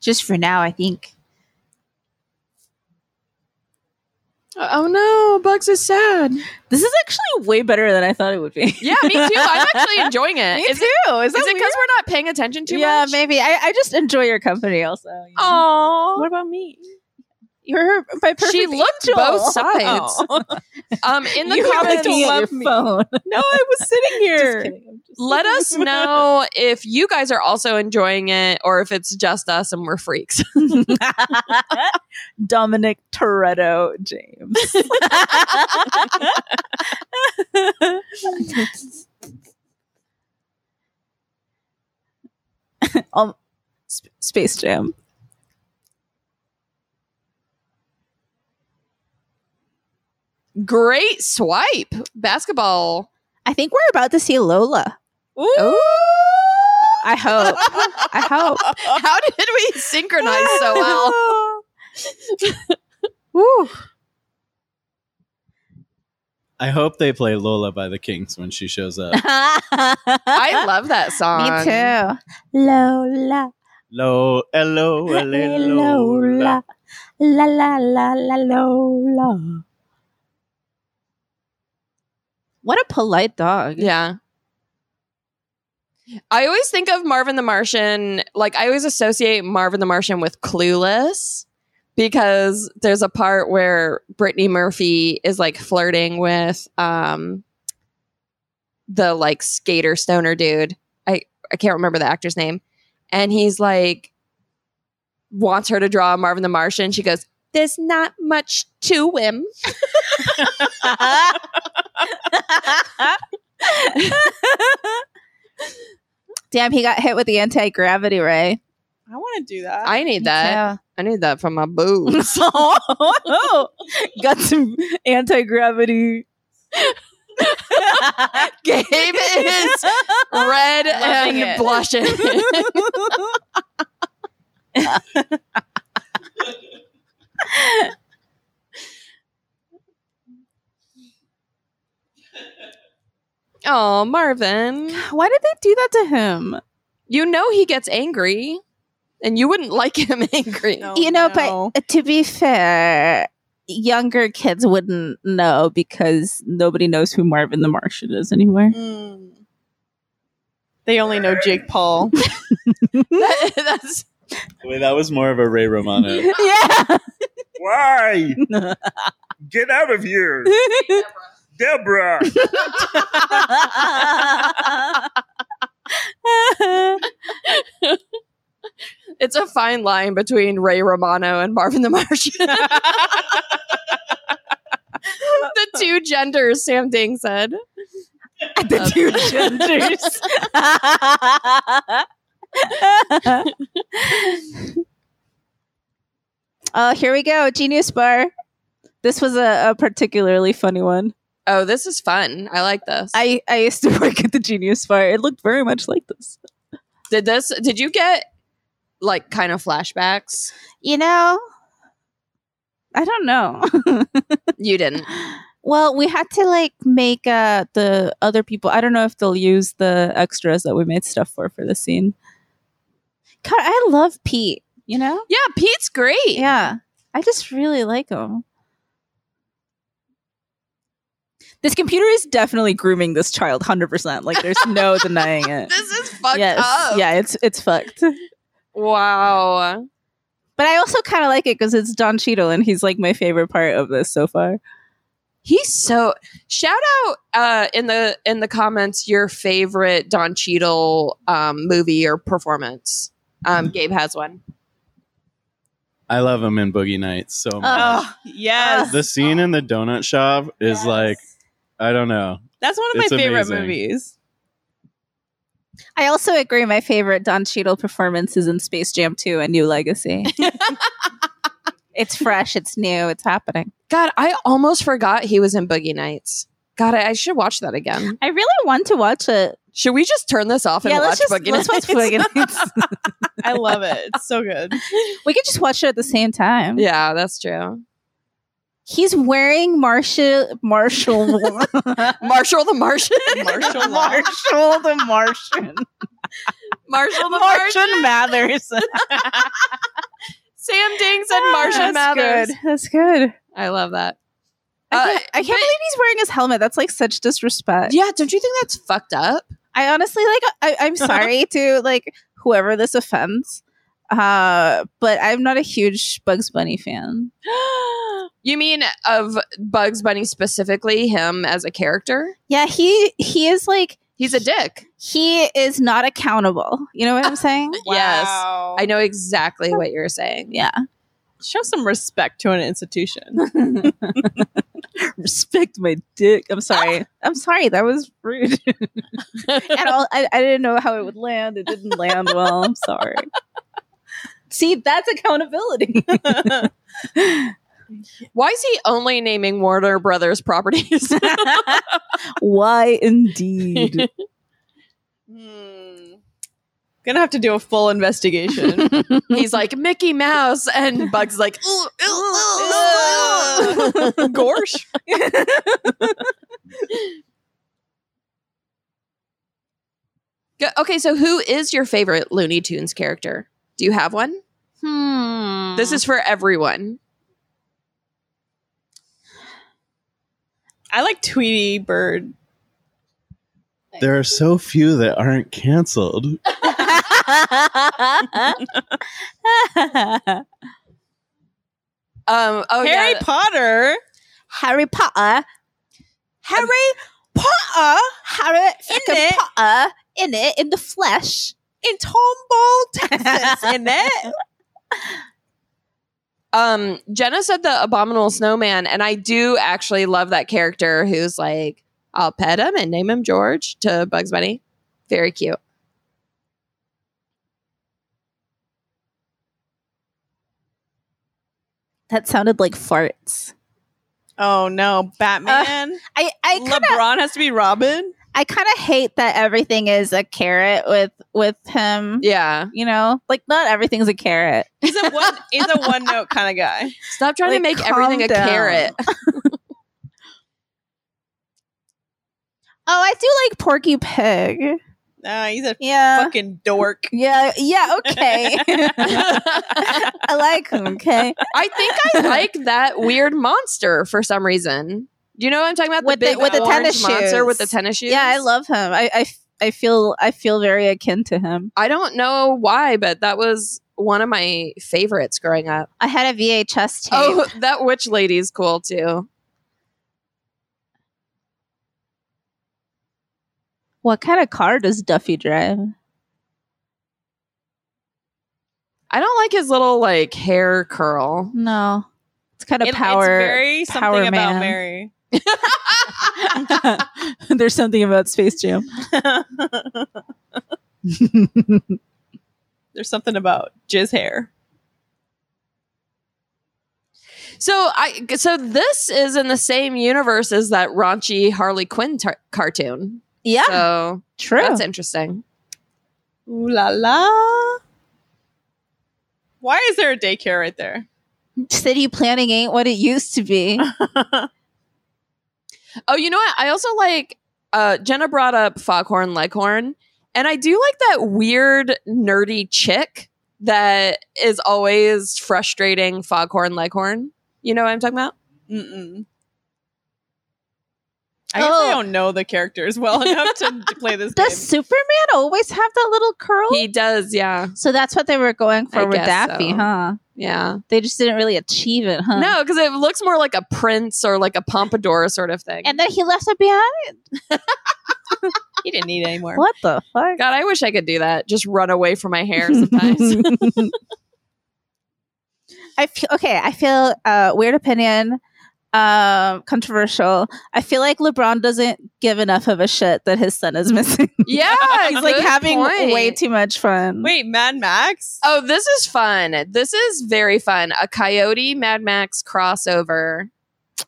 Just for now, I think. Oh no, Bugs is sad. This is actually way better than I thought it would be. Yeah, me too. I'm actually enjoying it. Me Is too. it is is that it weird? because we're not paying attention too yeah, much? maybe. I, I just enjoy your company also. you know? Aw. What about me? You're her, my perfect She looked angel. both sides. Oh. Um, in the you have comments, to don't love love your me. phone. no, I was sitting here. let us know if you guys are also enjoying it or if it's just us and we're freaks. Dominic Toretto James. um, Sp- Space Jam. Great swipe. Basketball. I think we're about to see Lola. Ooh. I hope. I hope. How did we synchronize so well? Woo. I hope they play Lola by the Kinks when she shows up. I love that song. Me too. Lola. Lo, hello, hello, Lola. Lola. La la la la Lola. What a polite dog. Yeah. I always think of Marvin the Martian, like I always associate Marvin the Martian with Clueless because there's a part where Brittany Murphy is like flirting with um the like skater stoner dude. I I can't remember the actor's name. And he's like wants her to draw Marvin the Martian. She goes, "There's not much to him." Damn, he got hit with the anti gravity ray. I want to do that. I need that. I need that for my boobs. Oh. got some anti gravity. Gabe is red and Loving it. blushing. oh, Marvin. Why did they do that to him? You know he gets angry, and you wouldn't like him angry. No, you know, no. but to be fair, younger kids wouldn't know because nobody knows who Marvin the Martian is anymore. Mm. They only know Jake Paul. That- that's Wait, that was more of a Ray Romano. yeah. Why? Get out of here. Deborah. it's a fine line between Ray Romano and Marvin the Martian. the two genders, Sam Ding said. the two genders. Oh, here we go. Genius bar. This was a, a particularly funny one. Oh, this is fun. I like this. I, I used to work at the Genius Bar. It looked very much like this. did this. Did you get like kind of flashbacks? You know, I don't know. You didn't. well, we had to like make uh, the other people. I don't know if they'll use the extras that we made stuff for for the scene. God, I love Pete. You know, Yeah, Pete's great. yeah, I just really like him. This computer is definitely grooming this child, hundred percent. Like, there's no denying it. This is fucked yes, up. yeah, it's it's fucked. Wow. But I also kind of like it because it's Don Cheadle, and he's like my favorite part of this so far. He's so shout out uh in the in the comments your favorite Don Cheadle um movie or performance. Um Gabe has one. I love him in Boogie Nights so much. oh, yes. the scene in the donut shop is like, I don't know. That's one of my It's favorite amazing. movies. I also agree. My favorite Don Cheadle performance is in Space Jam 2 A New Legacy. it's fresh, it's new, it's happening. God, I almost forgot he was in Boogie Nights. God, I, I should watch that again. I really want to watch it. Should we just turn this off and yeah, watch let's just Boogie let's watch Nights? Boogie Nights. I love it. It's so good. we could just watch it at the same time. yeah, that's true. He's wearing Marshall Marshall Marshall the Martian. Martial law. Marshall the Martian. Marshall the Martian Mathers. Sam Dings and Martian Mathers. Good. That's good. I love that. I Uh, can't, I can't believe he's wearing his helmet. That's like such disrespect. yeah, don't you think that's fucked up? I honestly like I, I'm sorry to like whoever this offends. Uh, but I'm not a huge Bugs Bunny fan. You mean of Bugs Bunny specifically, him as a character? Yeah, he he is like He's a dick. he is not accountable. You know what I'm saying? Yes. Wow. I know exactly what you're saying. Yeah. Show some respect to an institution. Respect my dick. I'm sorry. I'm sorry, that was Rude. at all. I, I didn't know how it would land. It didn't land well. I'm sorry. See, that's accountability. Why is he only naming Warner Brothers properties? Why indeed? Hmm. Gonna have to do a full investigation. He's like Mickey Mouse, and Bugs like, "Ooh, ooh, ooh, ooh." Gorsh. Go- okay. So, who is your favorite Looney Tunes character? Do you have one? hmm. This is for everyone. I like Tweety Bird. There are so few that aren't canceled. Um, oh Harry yeah, Potter. Harry Potter. Harry Potter. Harry in it. Potter in it in the flesh in Tomball, Texas. in it. Um, Jenna said the abominable snowman, and I do actually love that character who's like, I'll pet him and name him George to Bugs Bunny. Very cute. That sounded like farts. Oh no, Batman. I I kind of LeBron has to be Robin. I kind of hate that everything is a carrot with with him. Yeah. You know, like not everything's a carrot. He's a one. he's a one note kind of guy. Stop trying to Like, make everything a calm down. carrot. Oh, I do like Porky Pig. Uh, he's a Yeah. fucking dork. Yeah, yeah, okay. I like him, okay? I think I like that weird monster for some reason. Do you know what I'm talking about? With the- big with the orange tennis monster shoes. with the tennis shoes. Yeah, I love him. I, I, f- I feel I feel very akin to him. I don't know why, but that was one of my favorites growing up. I had a VHS tape. Oh, that witch lady's cool too. What kind of car does Duffy drive? I don't like his little like hair curl. No. It's kind of It- power. It's very something power about man. Mary. There's something about Space Jam. There's something about Jizz hair. So I so this is in the same universe as that raunchy Harley Quinn tar- cartoon. yeah, So Ah, true. that's interesting. Ooh la la. Why is there a daycare right there? City planning ain't what it used to be. Oh, you know what? I also like uh Jenna brought up Foghorn Leghorn, and I do like that weird nerdy chick that is always frustrating Foghorn Leghorn. You know what I'm talking about? Mm-mm. I guess Oh. I don't know the characters well enough to, to play this Does Superman always have that little curl? He does, yeah. so that's what they were going I for with guess Daffy, so. huh? Yeah. They just didn't really achieve it, huh? No, because it looks more like a prince or like a pompadour sort of thing. And then he left it behind. game. He didn't need it anymore. What the fuck? God, I wish I could do that. Just run away from my hair sometimes. I feel okay. I feel uh, weird opinion, um, controversial. I feel like LeBron doesn't give enough of a shit that his son is missing. yeah. He's like good having point. way too much fun. Wait, Mad Max? Oh, this is fun. This is very fun. A coyote Mad Max crossover.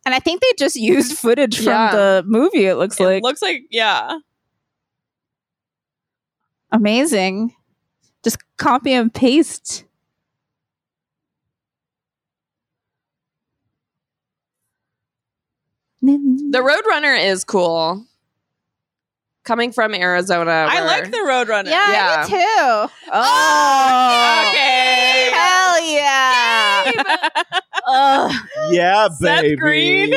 And I think they just used footage from Yeah. the movie, it looks like. it looks like yeah. Amazing. Just copy and paste. The Roadrunner is cool. Coming from Arizona. I where- like the Roadrunner. Yeah, Yeah. I do too. Oh, Okay. Hell yeah! Ugh. Yeah, Seth baby. Green.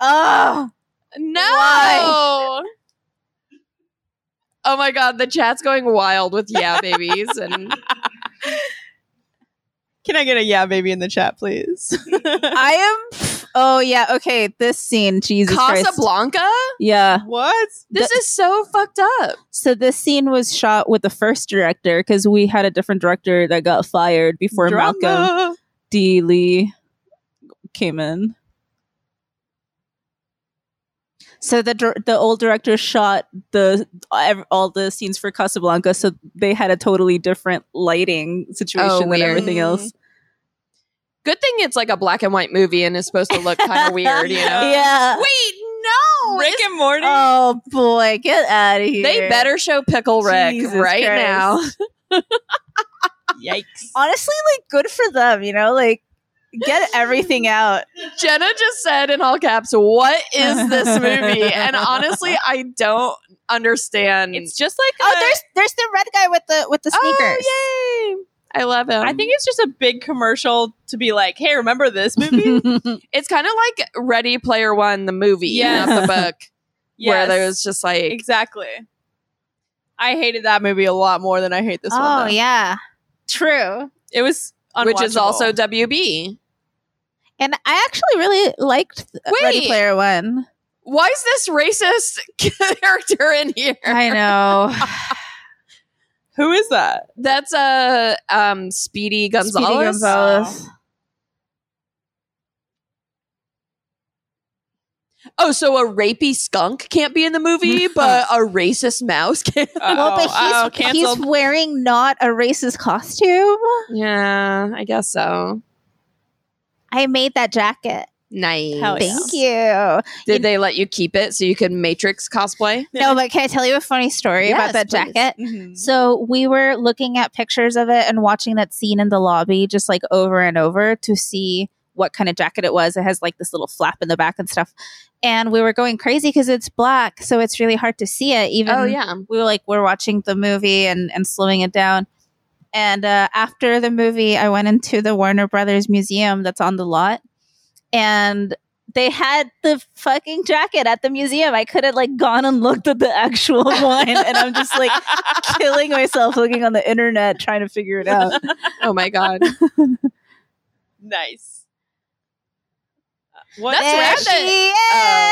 Ugh. No. Why? Oh my god, the chat's going wild with yeah babies and Can I get a yeah baby in the chat, please? I am. Oh yeah. Okay. This scene. Jesus Christ. Casablanca? Yeah. what? This is so fucked up. So this scene was shot with the first director because we had a different director that got fired before Malcolm Drama. D. Lee came in. So the dir- the old director shot the ev- all the scenes for Casablanca, so they had a totally different lighting situation than Oh, weird. everything else. Good thing it's like a black and white movie and is supposed to look kind of weird, you know. Yeah. Wait, no. Rick and Morty. Oh boy, get out of here! They better show Pickle Rick Jesus right Christ. now. Yikes. Um, honestly like good for them you know like get everything out Jenna just said in all caps, "What is this movie?" And honestly, I don't understand. It's just like Oh, a- there's there's the red guy with the with the sneakers. Oh, yay! I love him. I think it's just a big commercial to be like, hey, remember this movie? it's kind of like Ready Player One, the movie, Yes. not the book, where Yes. there's just like exactly. I hated that movie a lot more than I hate this one. oh though. yeah, true. It was which is unwatchable. also WB. And I actually really liked Ready Wait. Player One. Why is this racist character in here? I know. Oh, who is that? That's a uh, um, Speedy Gonzalez. Speedy Gonzalez. Oh, so a rapey skunk can't be in the movie, but a racist mouse can. Uh-oh, Well, uh-oh, but he's, he's oh, canceled. wearing not a racist costume. yeah, I guess so. I made that jacket. Nice. Hell Oh, yeah. Thank you. Did they let you keep it so you could Matrix cosplay? No, but can I tell you a funny story Yes, about that please. jacket? Mhm. So we were looking at pictures of it and watching that scene in the lobby just like over and over to see what kind of jacket it was. It has like this little flap in the back and stuff. And we were going crazy because it's black, so it's really hard to see it. Even Oh yeah. we were like we're watching the movie and and slowing it down. And uh, after the movie, I went into the Warner Brothers Museum that's on the lot, and they had the fucking jacket at the museum. I could have like gone and looked at the actual one, and I'm just like killing myself looking on the internet trying to figure it out. Oh my god. nice. What? Uh, That's there rad she is.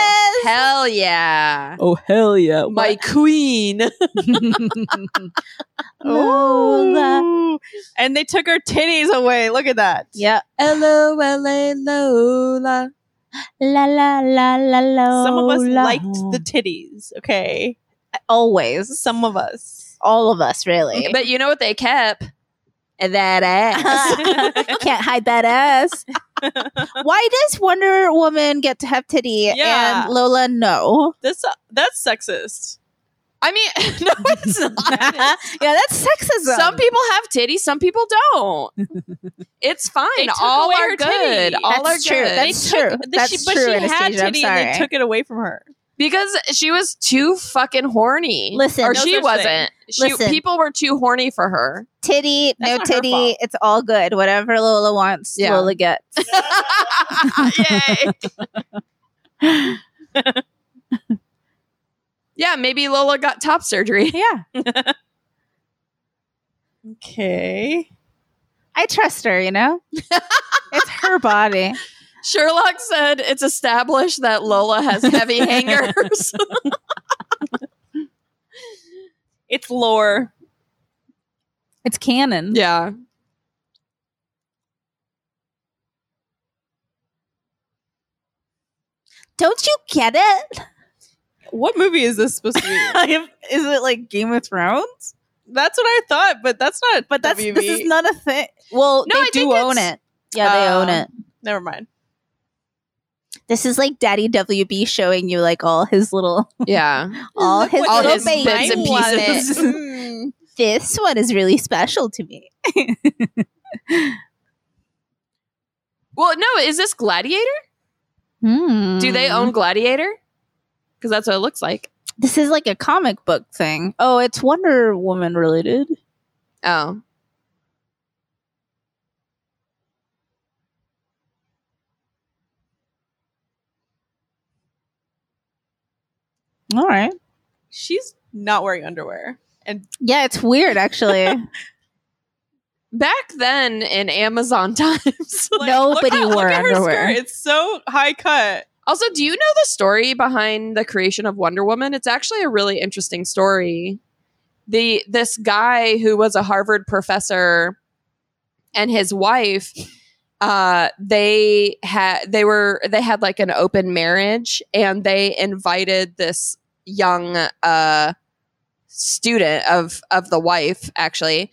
Oh, hell yeah. oh hell yeah My queen. Lola. Ooh. And they took her titties away. Look at that. Yep. L O L A Lola. La la la la la. Some of us la. liked the titties. Okay. always. Some of us. All of us, really. But you know what they kept? That ass. Can't hide that ass. Why does Wonder Woman get to have titty Yeah. and Lola no? This that's sexist. I mean, no, it's yeah, not. that's sexism. some people have titties, some people don't. It's fine. They took All away are her good. titty. All That's are true. good. That's true. They- That's she, but true, she had Anastasia. I'm titty and they sorry. took it away from her. because she was too fucking horny. Listen, or no she such wasn't. She, Listen. people were too horny for her. titty, not no her fault. titty. It's all good. Whatever Lola wants, Yeah. Lola gets. Yay. yeah, maybe Lola got top surgery. yeah Okay. I trust her, you know? it's her body. Sherlock said it's established that Lola has heavy hangers. It's lore. it's canon yeah. Don't you get it? What movie is this supposed to be? is it like game of thrones that's what I thought, but that's not. But that's WB. this is not a thing. Well, No, they I do think own it's- um, it. Yeah, they Uh, own it. Never mind. This is like Daddy WB showing you like all his little Yeah. all his all little his bits and pieces. pieces. Mm. this one is really special to me. Well, no, is this Gladiator? Do Hmm. they Mm-hmm. own Gladiator? Because that's what it looks like. This is like a comic book thing. Oh, it's Wonder Woman related. Oh. All right. She's not wearing underwear. And Yeah, it's weird actually. Back then in Amazon times. like, Nobody look at, wore look at her underwear. skirt. It's so high cut. also, do you know the story behind the creation of Wonder Woman? It's actually a really interesting story. The this guy who was a Harvard professor and his wife uh they had they were they had like an open marriage and they invited this young uh student of of the wife actually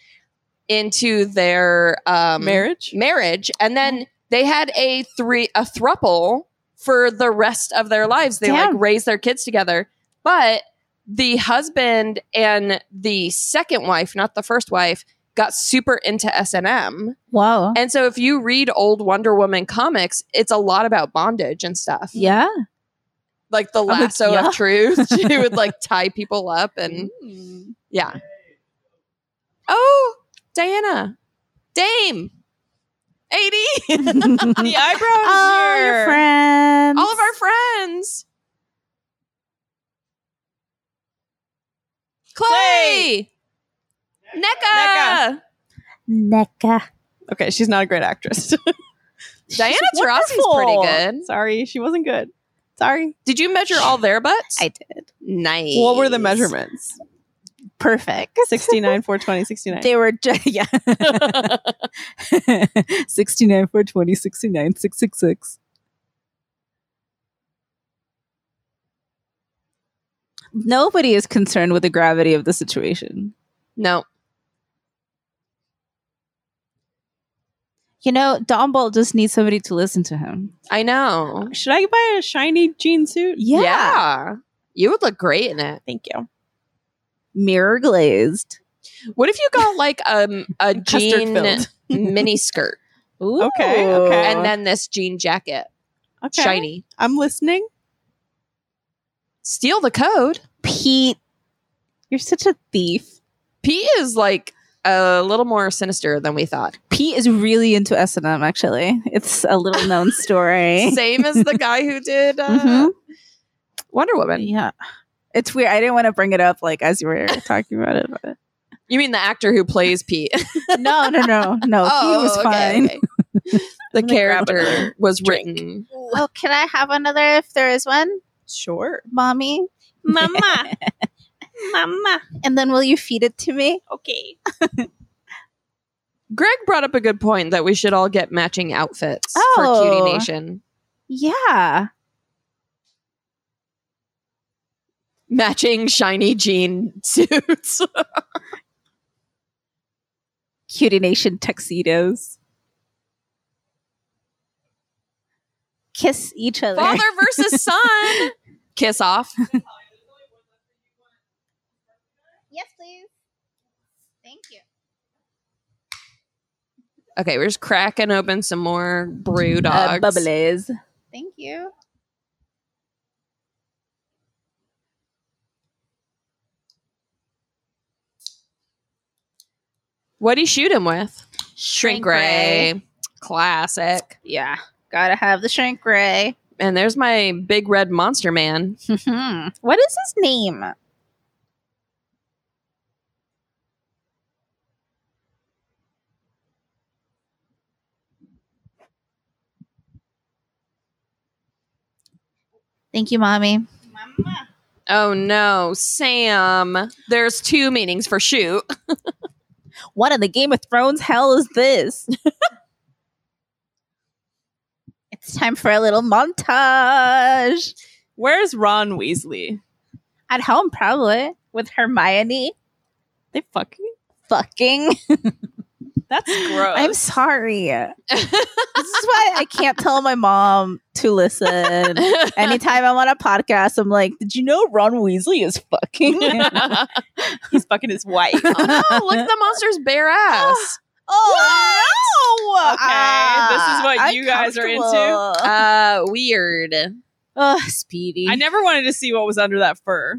into their um Marriage. marriage and then they had a three a thruple for the rest of their lives they Damn. like raised their kids together but the husband and the second wife not the first wife got super into s&m Whoa. and so if you read old wonder woman comics it's a lot about bondage and stuff Yeah. like the like, lasso yeah. of truth she would like tie people up and Mm. yeah oh diana dame 80 The eyebrows All here. your friends. all of our friends. Chloe, NECA, NECA. NECA. Okay, she's not a great actress. Diana She's Taurasi's pretty wonderful. good. Sorry, she wasn't good. Sorry. Did you measure all their butts? I did. nice. What were the measurements? Perfect. 69, 420, 69. They were just yeah. 69 for 20, 69, 666. Nobody Is concerned with the gravity of the situation. No. You know, Dombolt just needs somebody to listen to him. I know. Should I buy a shiny jean suit? Yeah. You would look great in it. Thank you. Mirror glazed. What if you got like um, a Custard jean filled. mini skirt Ooh. Okay, okay. and then this jean jacket? Okay. Shiny. I'm listening. Steal the code. Pete. You're such a thief. Pete is like a little more sinister than we thought. Pete is really into S&M, actually. It's a little known story. Same as the guy who did uh, Mhm. Wonder Woman. yeah. It's weird. I didn't want to bring it up like as you were talking about it. But... You mean the actor who plays Pete? No, no, no, no. Oh, he Oh, was okay, fine. okay. The grab character was written. Oh, can I have another if there is one? Sure. Mommy. Mama. Mama. And then will you feed it to me? Okay. Greg brought up a good point that we should all get matching outfits for Oh. Cutie Nation. Yeah. Matching shiny jean suits. Cutie Nation tuxedos. Kiss each other. Father versus son. Kiss off. Yes, please. Thank you. Okay, we're just cracking open some more brew Uh, dogs. bubblies. Thank you. What'd he shoot him with? Shrink ray. ray. Classic. Yeah. Gotta have the shrink ray. And there's my big red monster man. Mhm. what is his name? Thank you, mommy. Mama. Oh no, Sam. There's two meanings for shoot. What in the Game of Thrones hell is this? it's time for a little montage. Where's Ron Weasley? At home, probably with Hermione They fucking. fucking. That's gross. I'm sorry. this is why I can't tell my mom to listen. Oh, Anytime I'm on a podcast, I'm like, "Did you know Ron Weasley is fucking?" oh He's fucking his wife. no! Look at the monster's bare ass. oh no! Okay, this is what you guys are into? uncomfortable. Uh, weird. Ugh, Speedy. I I, never wanted to see what was under that fur.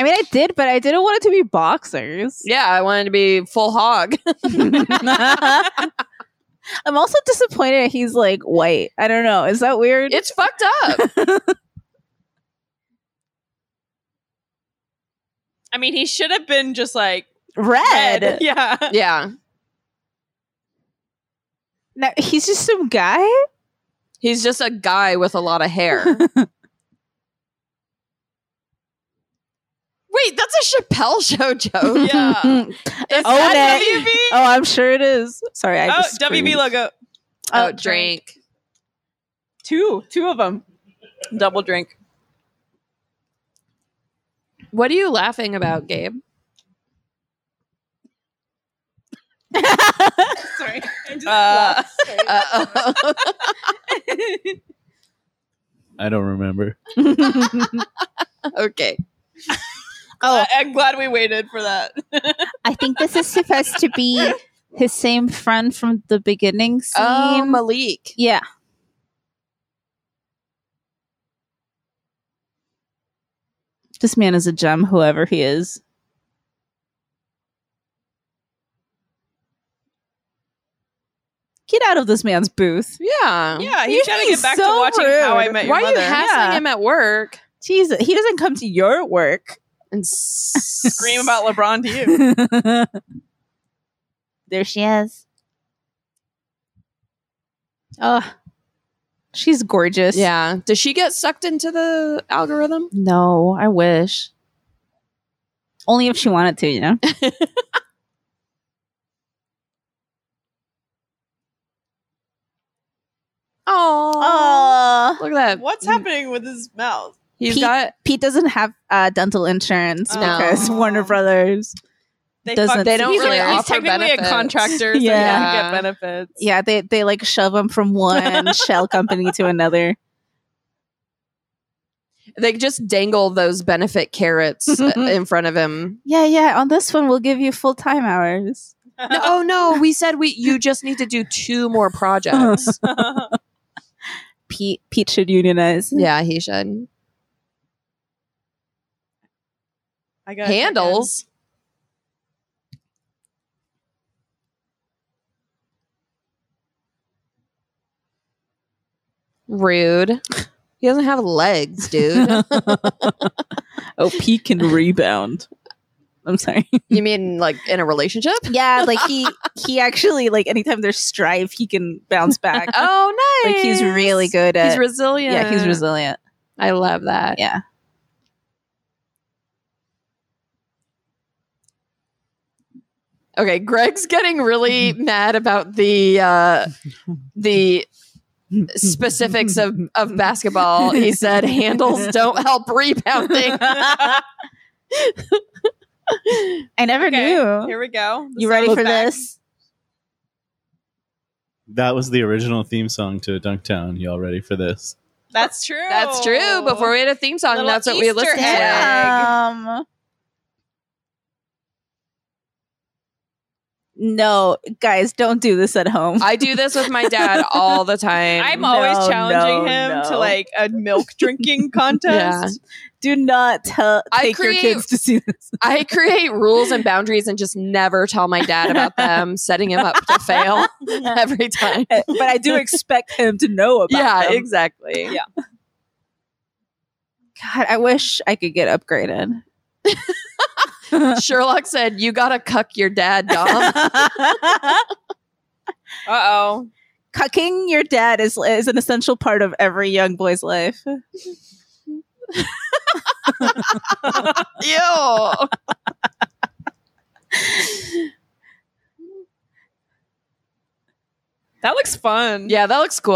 mean, I did, but I didn't want it to be boxers. Yeah, I wanted to be full hog. I'm also disappointed he's like white. I don't know. Is that weird? It's fucked up. I mean, he should have been just like red. red. Yeah. yeah, No, he's just some guy. he's just a guy with a lot of hair. Wait, that's a Chappelle show joke. Yeah. That's Own not it. WB. Oh, I'm sure it is. Sorry, I oh, just WB screamed. logo. Oh, drink. Two, two of them. Double drink. What are you laughing about, Gabe? Sorry. I just Uh, uh, I don't remember. okay. I- I'm glad we waited for that. I think this is supposed to be his same friend from the beginning scene. Oh, Malik. yeah. This man is a gem, whoever he is. Get out of this man's booth. Yeah. yeah, You're he's trying to being get back so to watching How I rude. Met Your Why are Mother. you hassling Yeah. him at work Jesus, he doesn't come to your work. and scream Scream about LeBron to you. there she is. Oh, she's gorgeous. Yeah. Does she get sucked into the algorithm? No, I wish. Only if she wanted to, you know? Oh. Oh. Look at that. Mm. What's happening with his mouth? He's Pete- got. Pete doesn't have uh, dental insurance No. because Warner Brothers. They, Doesn't- fucked- They don't he's really a, he's offer technically benefits. a contractor, so Yeah. he doesn't get benefits. Yeah, they, they like shove him from one shell company to another. They just dangle those benefit carrots uh, in front of him. Yeah, yeah. On this one, we'll give you full time hours. No, oh no, we said we. You just need to do two more projects. Pete, Pete should unionize. yeah, he should. I got Handles. Rude. He doesn't have legs, dude. Oh, Pete can rebound. I'm sorry. You mean like in a relationship? Yeah, like he he actually like anytime there's strife, he can bounce back. Oh, Like he's really good at He's resilient. Yeah, he's resilient. I love that. Yeah. Okay, Greg's getting really mad about the uh, the specifics of, of basketball. He said handles don't help rebounding. I never Okay, knew. Here we go. The you ready sound for back. this? That was the original theme song to Dunktown. Y'all ready for this? That's true. That's true. Before we had a theme song, Little that's what we Easter listened egg. to. Damn. No, guys, don't do this at home. I do this with my dad all the time. I'm always No, challenging no, him to no. like a milk drinking contest. do not tell I take create- your kids to see this. I create rules and boundaries and just never tell my dad about them, setting him up to fail every time. Eh, but I do expect him to know about yeah, them. exactly. Yeah. God, I wish I could get upgraded. Sherlock said, "You gotta cuck your dad, Dom." Uh oh. Cucking your dad is is an essential part of every young boy's life. Ew. That looks fun. Yeah, that looks cool.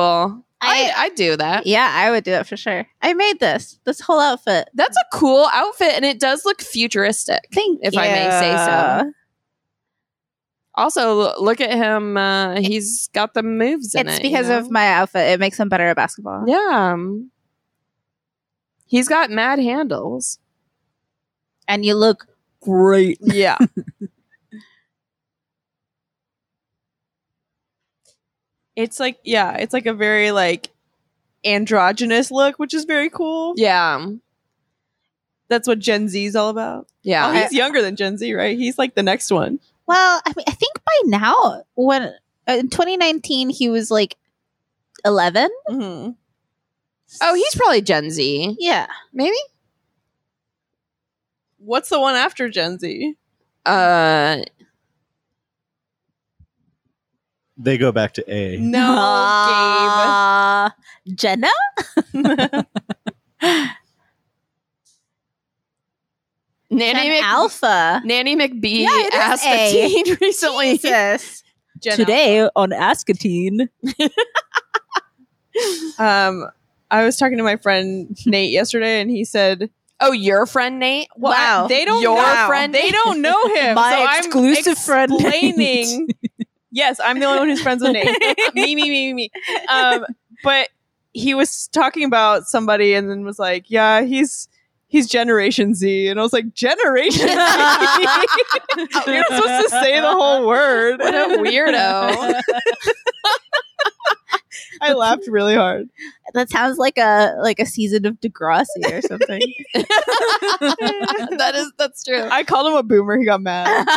I I- I do that. Yeah, I would do that for sure. I made this this whole outfit. That's a cool outfit, and it does look futuristic. Thank If I may say so. you. Also, look at him. Uh, he's got the moves in it's it, you because know? of my outfit. It makes him better at basketball. Yeah. um, He's got mad handles. And you look great. Yeah. It's like yeah, it's like a very like androgynous look, which is very cool. yeah. That's what Gen Z is all about. Yeah. Oh, he's younger than Gen Z, right? He's like the next one. Well, I mean, I think by now, when uh, in 2019, he was like 11. Mm-hmm. oh, he's probably Gen Z. Yeah. Maybe? What's the one after Gen Z? Uh, They go back to A. No, Uh, Jenna? Gabe. Nanny Jenna Mc- Alpha. Nanny McBee Yeah, it is asked A. a teen recently. Jesus. Gen Today on Ascatine. Um, I was talking to my friend Nate yesterday, and he said, Oh, your friend Nate? well, Wow. I- they don't Your know. friend They Nate. don't know him. My so I'm exclusive friend Nate. explaining. yes, I'm the only one who's friends with Nate. me, me, me, me, me. Um, but he was talking about somebody, and then was like, "Yeah, he's." He's Generation Z, and I was like, "Generation Z." You're not supposed to say the whole word. What a weirdo. I laughed really hard. That sounds like a like a season of Degrassi or something. that is that's true. I called him a boomer. He got mad.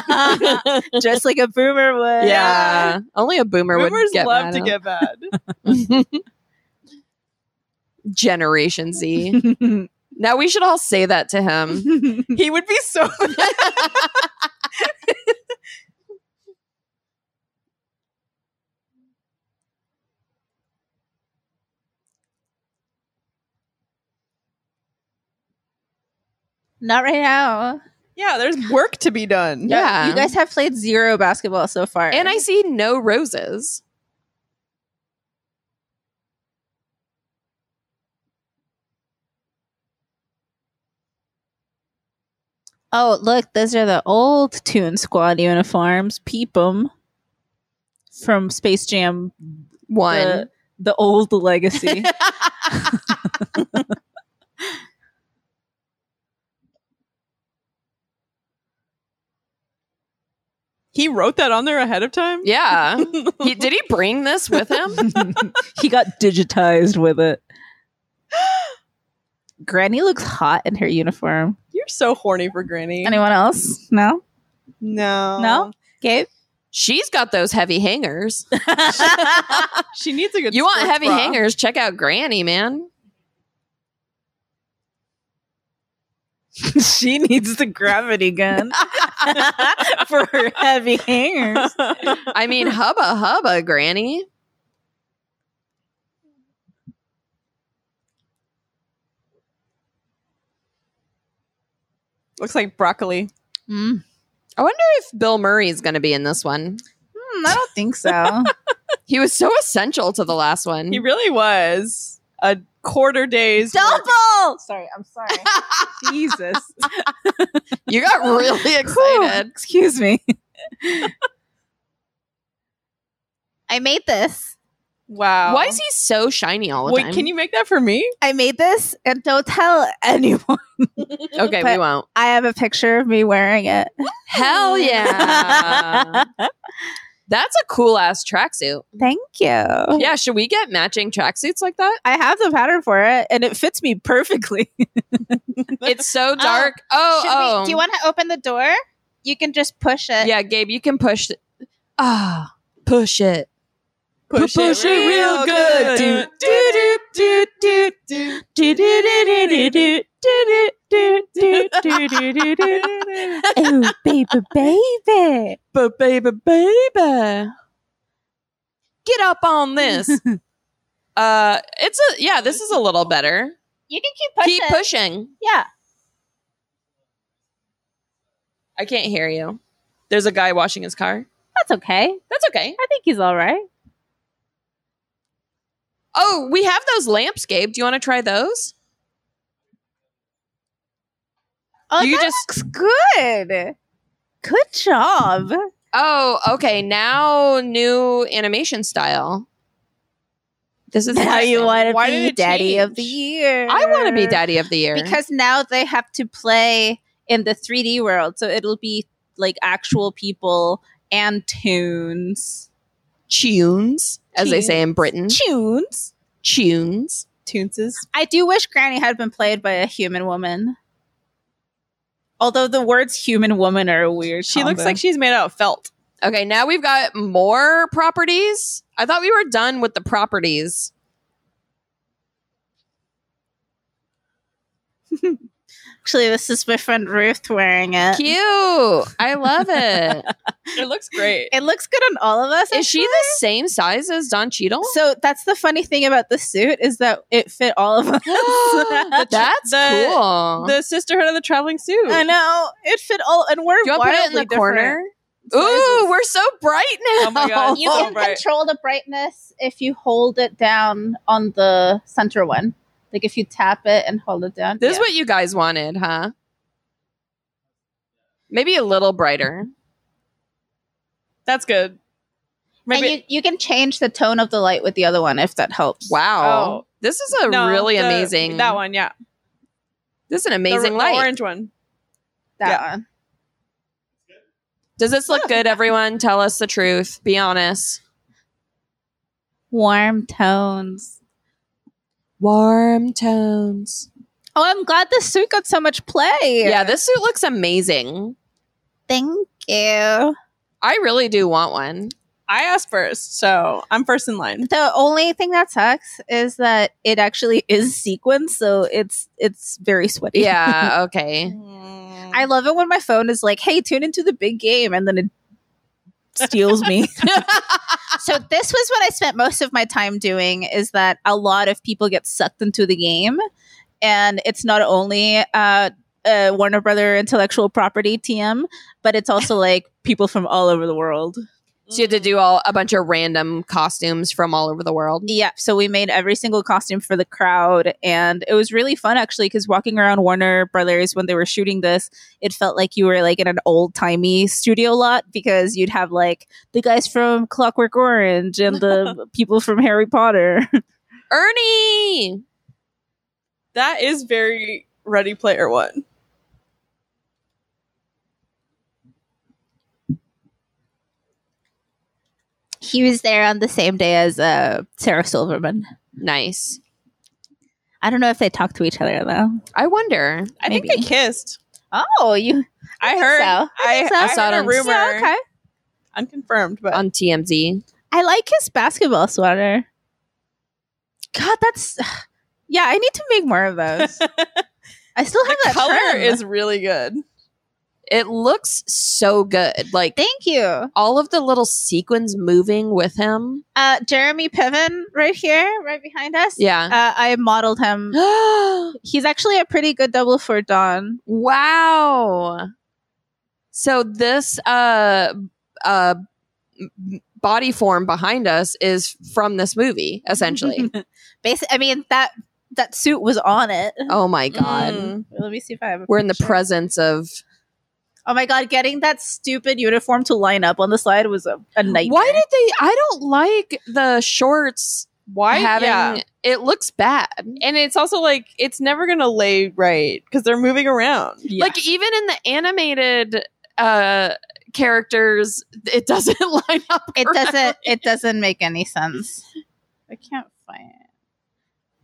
Just like a boomer would. Yeah. Only a boomer Boomers would get love mad to at- get mad. Generation Z. now we should all say that to him. he would be so Not right now. yeah there's work to be done Yeah. You guys have played zero basketball so far. and I see no roses. Oh, look, those are the old Toon Squad uniforms. Peep 'em. From Space Jam, One. The, the old legacy. he wrote that on there ahead of time yeah. He, did he bring this with him? he got digitized with it. Granny looks hot in her uniform. you're so horny for granny Anyone else? No? no No? Gabe? She's got those heavy hangers. she needs a good You want sports heavy bra. hangers? Check out Granny, man. she needs the gravity gun for her heavy hangers. I mean, hubba hubba, Granny. looks like broccoli Mm. I wonder if Bill Murray's going to be in this one. Hmm, I don't think so. He was so essential to the last one. he really was a quarter days worth. Double! Sorry, I'm sorry. Jesus. you got really Whew, excited. Excuse me. I made this. wow Why is he so shiny all the wait time? can you make that for me I made this, and don't tell anyone. Okay, we But- won't. I have a picture of me wearing it. Hell yeah. That's a cool ass tracksuit. Thank you. Oh. Yeah, should we get matching tracksuits like that? I have the pattern for it, and it fits me perfectly. It's so dark. Oh, Should oh. We, do you want to open the door? You can just push it. Yeah, Gabe, you can push. Th- ah, push it. push, push it real good. Do- Do, do, do, do, do, do, do, do, do, do, do, do, do, do, do, do, do, do, do. Oh, baby, baby. But baby, baby, get up on this. Uh, it's a yeah. This is a little better. You can keep pushing. Keep pushing. Yeah. I can't hear you. There's a guy washing his car. That's okay. That's okay. I think he's all right. Oh, we have those lamps, Gabe. Do you want to try those? Oh, You that just- Oh, looks good. Good job. Oh, okay. Now new animation style. This is Now you want to Why be did it daddy of the change? year. I want to be daddy of the year because now they have to play in the 3D world, so it'll be like actual people and tunes, tunes, as they say in Britain, tunes, tunes. Toonses. I do wish Granny had been played by a human woman. Although the words "human woman" are a weird. She looks combo. like she's made out of felt. Okay, now we've got more properties. I thought we were done with the properties. actually this is my friend Ruth wearing it. Cute. I love it. It looks great. It looks good on all of us. Is she the same size as Don Cheadle? So that's the funny thing about the suit is that it fit all of us. That's The- cool. the Sisterhood of the Traveling Suit. I know it fit all, and we're Do you want to put it in wildly the corner? sizes. Ooh, we're so bright now. Oh my God. different. You Oh, can right. control the brightness if you hold it down on the center one. Like if you tap it and hold it down. This is Yeah. what you guys wanted, huh? Maybe a little brighter. That's good. and you, you can change the tone of the light with the other one if that helps. Wow. Oh. This is a No, really the- amazing That one, yeah. This is an The- amazing the light. orange one. That Yeah. one. Does this look good, everyone? Tell us the truth. Be honest. Warm tones. Warm tones. Oh, I'm glad this suit got so much play. Yeah, this suit looks amazing. Thank you. I really do want one. I asked first, so I'm first in line. The only thing that sucks is that it actually is sequins, so it's it's very sweaty. Yeah, okay. I love it when my phone is like, "Hey, tune into the big game," and then it steals me. so this was what I spent most of my time doing is that a lot of people get sucked into the game, and it's not only uh, uh, Warner Brother intellectual property TM, but it's also like people from all over the world. So you had to do all a bunch of random costumes from all over the world. Yeah, so we made every single costume for the crowd, and it was really fun actually. Because walking around Warner Brothers when they were shooting this, it felt like you were like in an old timey studio lot because you'd have like the guys from Clockwork Orange and the people from Harry Potter. Ernie. That is very Ready Player One. he was there on the same day as uh, Sarah Silverman. Nice. I don't know if they talked to each other though. I wonder. I Maybe. think they kissed. Oh, you I, think heard. so. I I, think so. I I saw saw it a on- rumor. So, okay. Unconfirmed, but On TMZ. I like his basketball sweater. God, that's yeah. I need to make more of those. I still have the that color trim. is really good. It looks so good. Like Thank you, all of the little sequins moving with him. uh, Jeremy Piven, right here, right behind us. Yeah. Uh, I modeled him. He's actually a pretty good double for Don. wow. So this uh uh m- body form behind us is from this movie essentially. Basically, I mean that that suit was on it. oh my god. Mm. Let me see if I have. A We're in the picture. presence of Oh my god, getting that stupid uniform to line up on the slide was a, a nightmare. Why did they? I don't like the shorts Why? having. yeah. It looks bad. And it's also like it's never gonna lay right because they're moving around. Yeah. Like even in the animated uh characters, it doesn't line up. it correctly. doesn't it doesn't make any sense i can't find it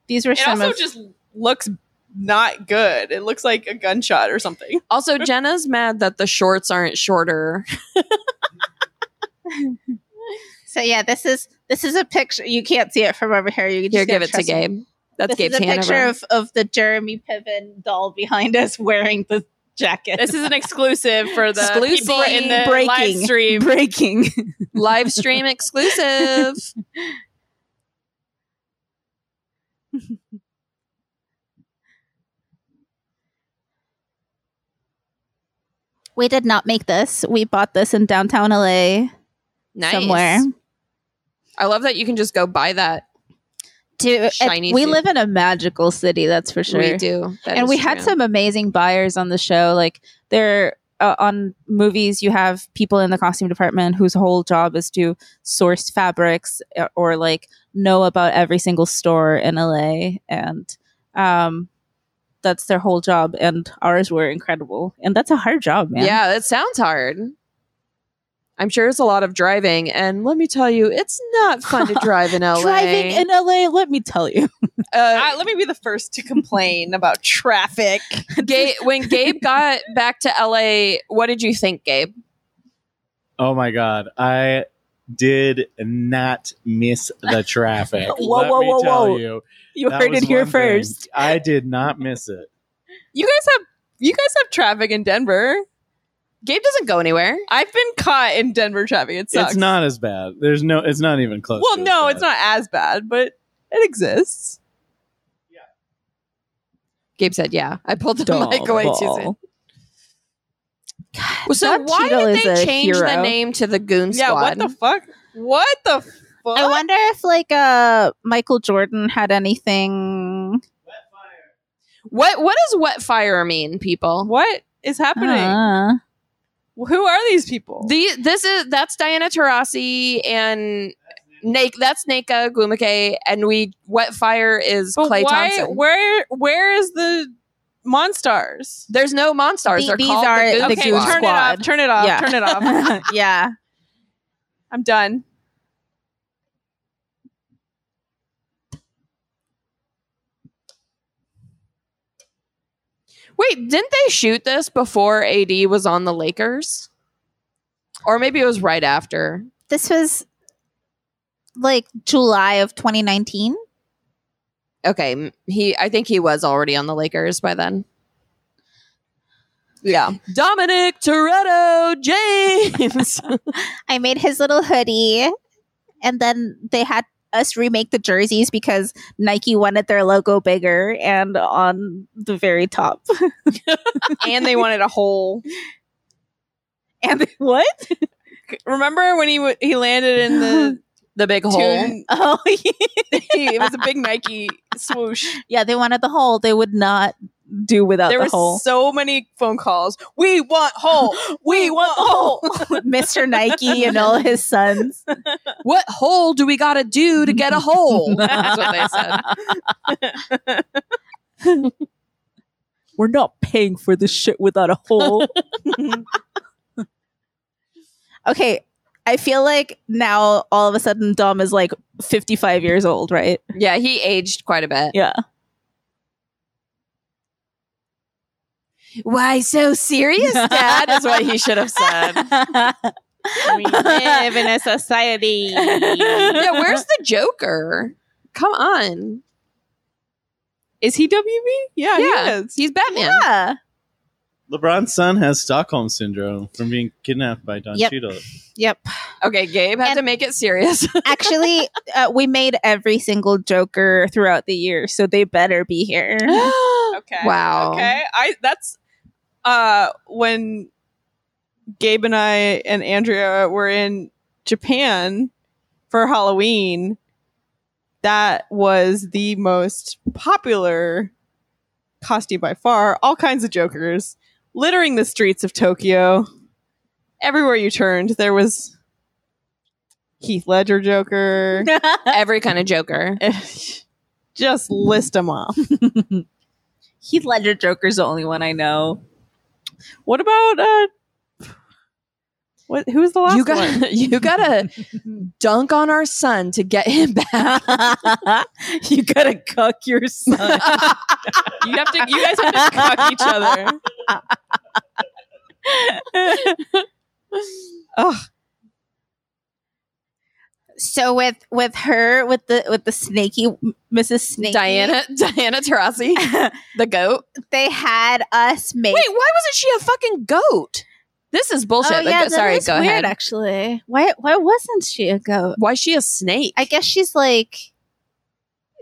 these were It some also of just looks not good. It looks like a gunshot or something. Also, Jenna's mad that the shorts aren't shorter. so yeah this is this is a picture you can't see it from over here you can Here, just give it to Gabe. Gabe. That's this Gabe's is a hand picture over. of, of the jeremy piven doll behind us wearing the jacket This is an exclusive for the Exclusive. people in the Breaking. live stream. breaking Live stream exclusive. we did not make this we bought this in downtown la Nice. somewhere I love that you can just go buy that. Dude, Shiny we suit. live in a magical city that's for sure We do. That and is we had true. some amazing buyers on the show. Like there uh, on movies you have people in the costume department whose whole job is to source fabrics uh, or like know about every single store in LA and um that's their whole job and ours were incredible and that's a hard job man Yeah, that sounds hard. I'm sure it's a lot of driving, and let me tell you, it's not fun to drive in LA. driving in LA let me tell you uh, I, let me be the first to complain about traffic. Ga- when Gabe got back to LA, what did you think, Gabe? Oh my god, I did not miss the traffic. Whoa, Let whoa, me whoa, tell whoa. you, you that heard was it here one thing. first I did not miss it. You guys have you guys have traffic in Denver. Gabe doesn't go anywhere. I've been caught in Denver traffic. It sucks. It's not as bad. There's no. It's not even close. Well, to as no, bad. it's not as bad, but it exists. Gabe said, "Yeah, I pulled the mic away too soon." Well, so that why Cheeto did is they a change the hero. name to the Goon Yeah, Squad? what the fuck? What the fuck? I wonder if like uh Michael Jordan had anything what what does wet fire mean, people? what is happening? Uh-huh. Ah. Who are these people? The this is that's Diana Taurasi and Nake. That's Naka Glumake, and we wet fire is But Clay why- Thompson. Where where is the Monstars? There's no Monstars. The- They're these called are the Goon the okay, Goon Squad. turn it Squad. off. Turn it off. Yeah. Turn it off. yeah. I'm done. Wait, didn't they shoot this before AD was on the Lakers? Or maybe it was right after. This was like July of 2019. Okay, m- he I think he was already on the Lakers by then. Yeah. Dominic Toretto James. I made his little hoodie and then they had us remake the jerseys because Nike wanted their logo bigger and on the very top. And they wanted a hole. And they, what? Remember when he w- he landed in the the big hole. tune? Oh, it was a big Nike swoosh. yeah, they wanted the hole. They would not do without there the were hole. so many phone calls. We want hole. We want hole. Mr. Nike and all his sons. What hole do we gotta do to get a hole? That's what they said. We're not paying for this shit without a hole. okay. I feel like now all of a sudden Dom is like 55 years old, right? Yeah, he aged quite a bit. Yeah. Why so serious, Dad? is what he should have said. we live in a society. Yeah, where's the Joker? Come on. Is he WB? Yeah, he Yeah, is. he's Batman. yeah. LeBron's son has Stockholm syndrome from being kidnapped by Don Yep. Cheadle. Yep. Okay, Gabe had And- to make it serious. Actually, uh, we made every single Joker throughout the year, so they better be here. Okay. Wow. Okay. I that's uh when Gabe and I and Andrea were in Japan for Halloween. That was the most popular costume by far. All kinds of jokers littering the streets of Tokyo. Everywhere you turned, there was Heath Ledger Joker. Every kind of Joker. Just list them off. Heath Ledger Joker's the only one I know. What about uh what who was the last You one? got you gotta dunk on our son to get him back. you gotta cuck your son. You have to you guys have to cock each other. Ugh. so with with her with the with the snaky Mrs. Snake Diana Diana Taurasi, the goat. they had us make. Wait, why wasn't she a fucking goat? This is bullshit. The Oh, yeah, goat- that sorry, is go weird, ahead. Actually, why why wasn't she a goat? Why is she a snake? I guess she's like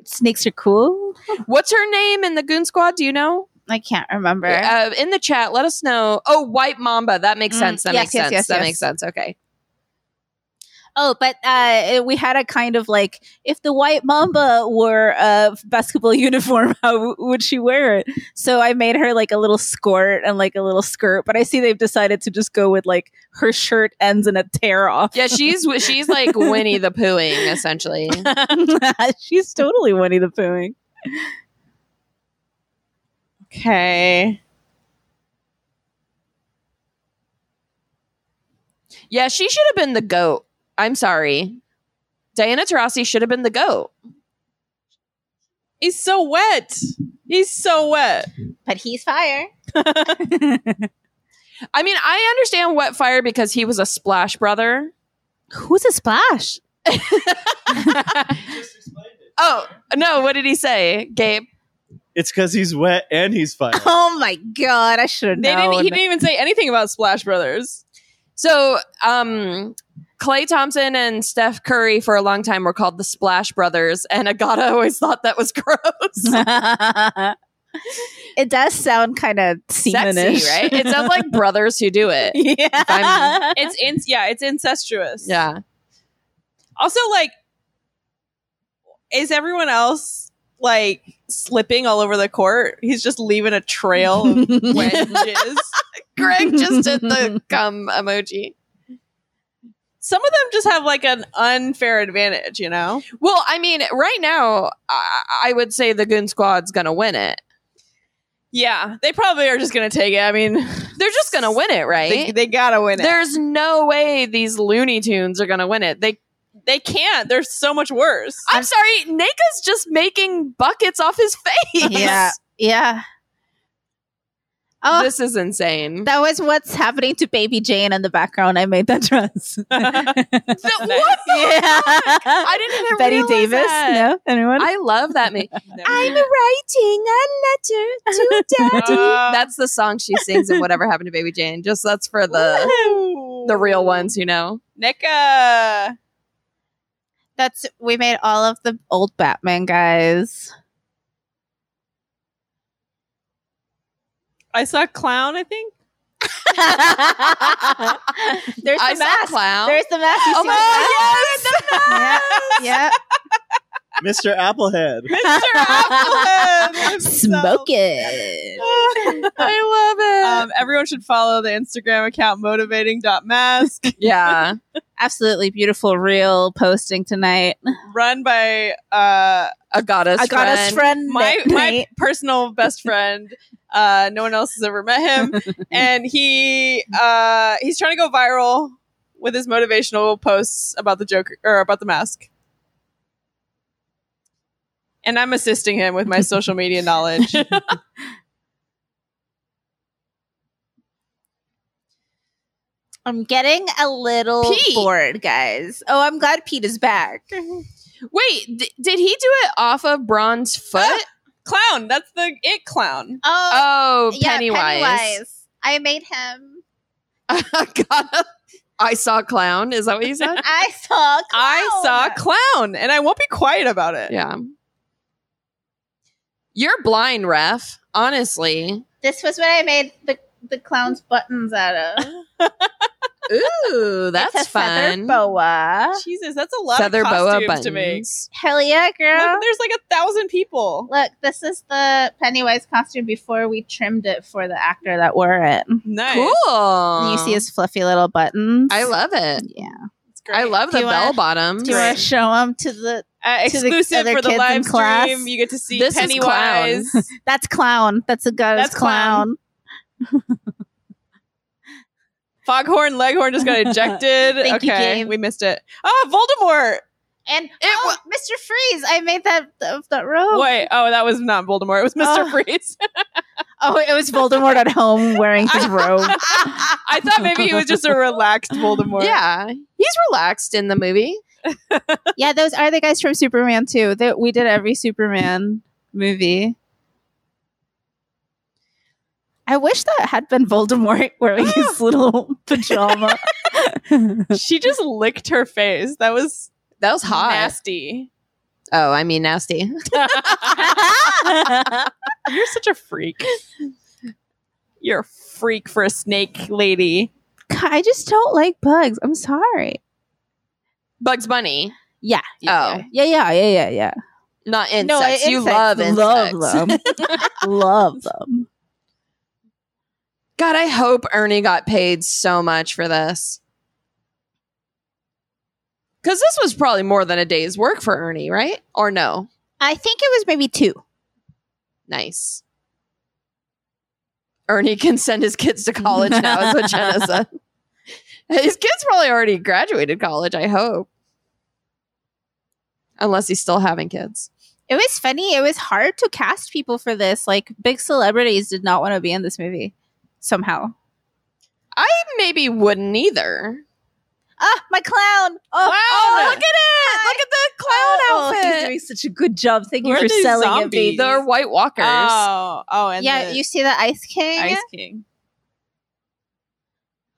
snakes are cool. What's her name in the Goon Squad? Do you know? I can't remember. Uh, in the chat, let us know. Oh, White Mamba. That makes Mm, sense. That yes, makes yes, sense. yes, that yes. makes sense. Okay. Oh, but uh, we had a kind of like if the white mamba wore a basketball uniform, how w- would she wear it? So I made her like a little skirt and like a little skirt. But I see they've decided to just go with like her shirt ends in a tear off. Yeah, she's she's like Winnie the Poohing essentially. She's totally Winnie the Poohing. Okay. Yeah, she should have been the goat. I'm sorry, Diana Taurasi should have been the goat. He's so wet. He's so wet. But he's fire. I mean, I understand Wet Fire because he was a Splash brother. Who's a splash? Oh no, what did he say, Gabe? It's because he's wet and he's fire. Oh my god! I should have They known. didn't. He didn't even say anything about Splash Brothers. So, um, Clay Thompson and Steph Curry for a long time were called the Splash Brothers, and Agata always thought that was gross. it does sound kind of Sexy, right? It sounds like brothers who do it. yeah. I'm- It's in, yeah, it's incestuous. Yeah. Also, like, is everyone else like slipping all over the court? He's just leaving a trail of wet jizz. Greg just did the cum emoji. Some of them just have like an unfair advantage, you know. Well, I mean, right now, I, I would say the Goon Squad's going to win it. Yeah, they probably are just gonna take it. I mean, They're just going to win it, they, right? they gotta win it. There's no way these Looney Tunes are going to win it. They They can't. They're so much worse. I'm sorry, Nika's just making buckets off his face. Yeah. Yeah. Oh, This is insane. that was what's happening to Baby Jane in the background. I made that dress. The- what? yeah. I didn't even Betty realize Davis. that. No, anyone? I love that. Me. I'm writing a letter to daddy. That's the song she sings in Whatever Happened to Baby Jane. Just that's for the the real ones who know. Nika. That's we made all of the old Batman guys. I saw clown. I think. There's I the saw mask. clown. There's the mask. You Oh see my the mask? Yeah. Mr. Applehead. yeah. Applehead Smoke it. I love um, everyone should follow the Instagram account motivating.mask, yeah. Absolutely beautiful, real posting tonight. run by uh, A goddess. I got us friend. my Nick my Knight. personal best friend. Uh, no one else has ever met him, and he uh, he's trying to go viral with his motivational posts about the Joker or about the mask. And I'm assisting him with my social media knowledge. I'm getting a little Pete. bored, guys. Oh, I'm glad Pete is back. Wait, d- did he do it off of Bron's Uh, foot? clown, that's the it clown. Oh, oh, yeah, Pennywise. Pennywise. I made him. Agata. I saw clown. Is that what you said? I saw. Clown. I saw clown, and I won't be quiet about it. yeah. You're blind, ref. Honestly. This was what I made the the clown's buttons out of. Ooh, that's it's a fun. Feather boa. Jesus, that's a lot Feather of boa costumes buttons. to make. Hell yeah, girl! Look, there's like a thousand people. Look, this is the Pennywise costume before we trimmed it for the actor that wore it. Nice. Cool. you see his fluffy little buttons. I love it. Yeah. It's great. I love Do the you wanna- bell bottoms. Do you want to show them to the? uh, to the exclusive other for the kids in live class. stream. You get to see This is Pennywise. That's clown. That's a goddess That's clown. clown. Foghorn Leghorn just got ejected. Thank you, okay, Gabe. we missed it. Oh, And oh, Mr. Freeze, I made that of that robe. Voldemort! Wait, oh, that was not Voldemort. It was Mr. Oh. Freeze. Oh, it was Voldemort at home wearing his robe. I thought maybe he was just a relaxed Voldemort. Yeah. He's relaxed in the movie. yeah, those are the guys from Superman too. That we did every Superman movie. I wish that had been Voldemort wearing his little pajama. she just licked her face. That was That was hot. nasty. Oh, I mean nasty. You're such a freak. You're a freak for a snake lady. God, I just don't like bugs. I'm sorry. Bugs Bunny, Yeah. yeah, oh. Yeah. Yeah. Yeah. Yeah. Yeah. not insects. No, You love insects. Love them. love them. God, I hope Ernie got paid so much for this. Because this was probably more than a day's work for Ernie, right? Or no? I think it was maybe two. Nice. Ernie can send his kids to college now, is what Jenna said. His kids probably already graduated college, I hope. Unless he's still having kids. It was funny. It was hard to cast people for this. Like big celebrities did not want to be in this movie somehow. I maybe wouldn't either. Ah, my clown. Oh, Oh, look at it! Look at the clown Oh, outfit. he's doing such a good job. Thank you Where for are these selling zombies? it. babe. They're White Walkers. Oh, oh, and yeah, the you see the Ice King? Ice King.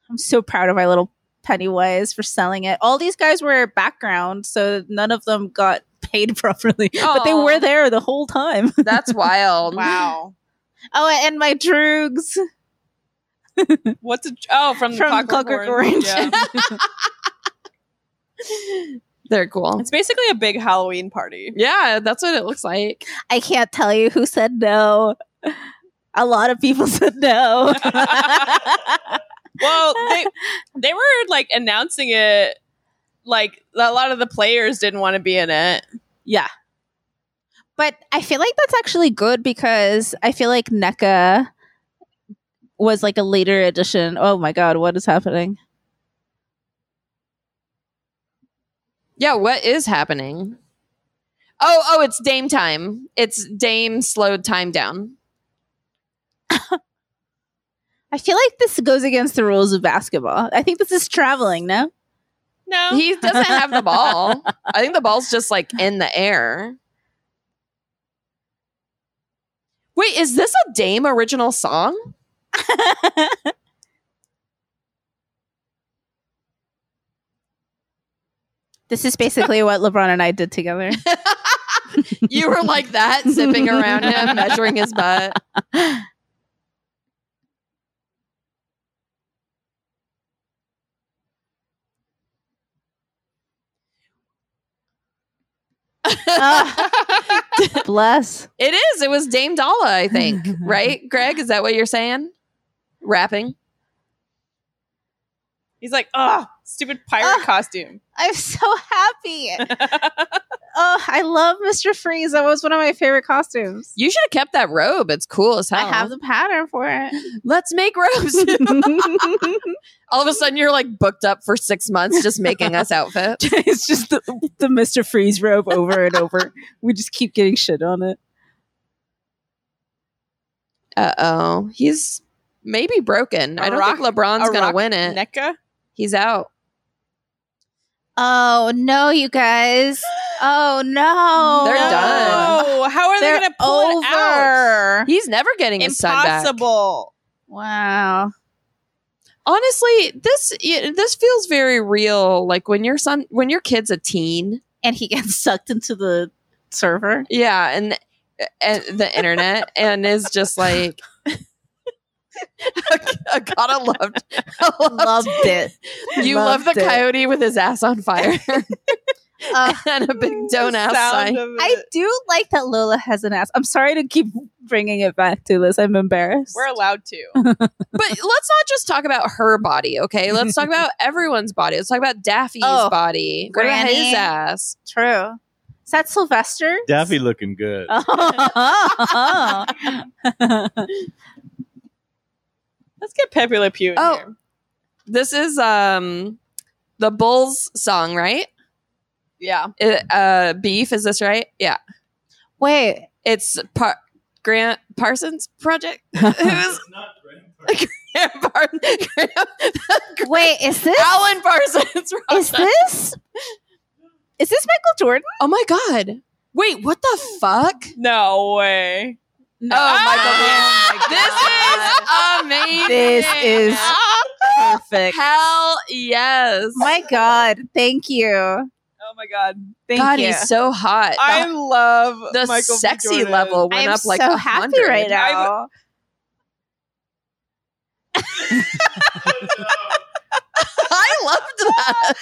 I'm so proud of my little Pennywise for selling it. All these guys were background, so none of them got paid properly, but they Aw. were there the whole time. That's wild. Wow. Oh, and my droogs. What's a, oh from, the From Clockwork, Clockwork Orange? Orange. Yeah. They're cool. it's basically a big Halloween party. Yeah, that's what it looks like. I can't tell you who said no. A lot of people said no. Well, they they were like announcing it. Like a lot of the players didn't want to be in it. yeah. But I feel like that's actually good because I feel like NECA was like a later edition. Oh my god, what is happening? Yeah, what is happening? Oh, oh, it's Dame time. It's Dame slowed time down. I feel like this goes against the rules of basketball. I think this is traveling, no? No, He doesn't have the ball. I think the ball's just like in the air. Wait, is this a Dame original song? This is basically what LeBron and I did together. You were like that, zipping around him, measuring his butt. Ah, Bless. It is. It was Dame Dalla, I think. Right, Greg? Is that what you're saying? Rapping. he's like, oh, stupid pirate Ah. costume. I'm so happy. oh, I love Mr. Freeze. That was one of my favorite costumes. You should have kept that robe. It's cool as hell. I have the pattern for Let's make robes. it. All of a sudden, you're like booked up for six months just making us outfits. it's just the, the Mr. Freeze robe over and over. We just keep getting shit on it. Uh oh, he's maybe broken. I A I don't think rock- LeBron's a gonna rock win it. NECA. he's out. oh no, you guys. Oh no. They're done. No, How are They're they going to pull it out? over. He's never getting his son back. Impossible. Wow. Honestly, this y- this feels very real. Like when your son, when your kid's a teen, And he gets sucked into the server. yeah, and and the internet, and is just like. I gotta love, I loved Loved it. You Loved love the it. coyote with his ass on fire Uh, and a big don't The ass Mm, sound sign. of I it. do like that Lola has an ass. I'm sorry to keep bringing it back to this. I'm embarrassed. We're allowed to. but let's not just talk about her body, okay? Let's talk about everyone's body. Let's talk about Daffy's Oh, body. What about Granny. his ass? True. Is that Sylvester? Daffy looking good. Let's get Pepe Le Pew in Oh. here. This is um the Bulls song, right? Yeah. It, uh, beef, is this right? Yeah. Wait. It's par- Grant Parsons Project. Who's Grant Parsons? Wait, is this Alan Parsons. is this is this Michael Jordan? oh my God. Wait, what the fuck? No way. Oh, Michael Mann. Ah! This is amazing. This is perfect. Hell yes. My God, thank you. Oh my god. Thank God, you. he's so hot. The- I love the Michael B. sexy Jordan. level went I'm up like so 100. happy right now. I loved that.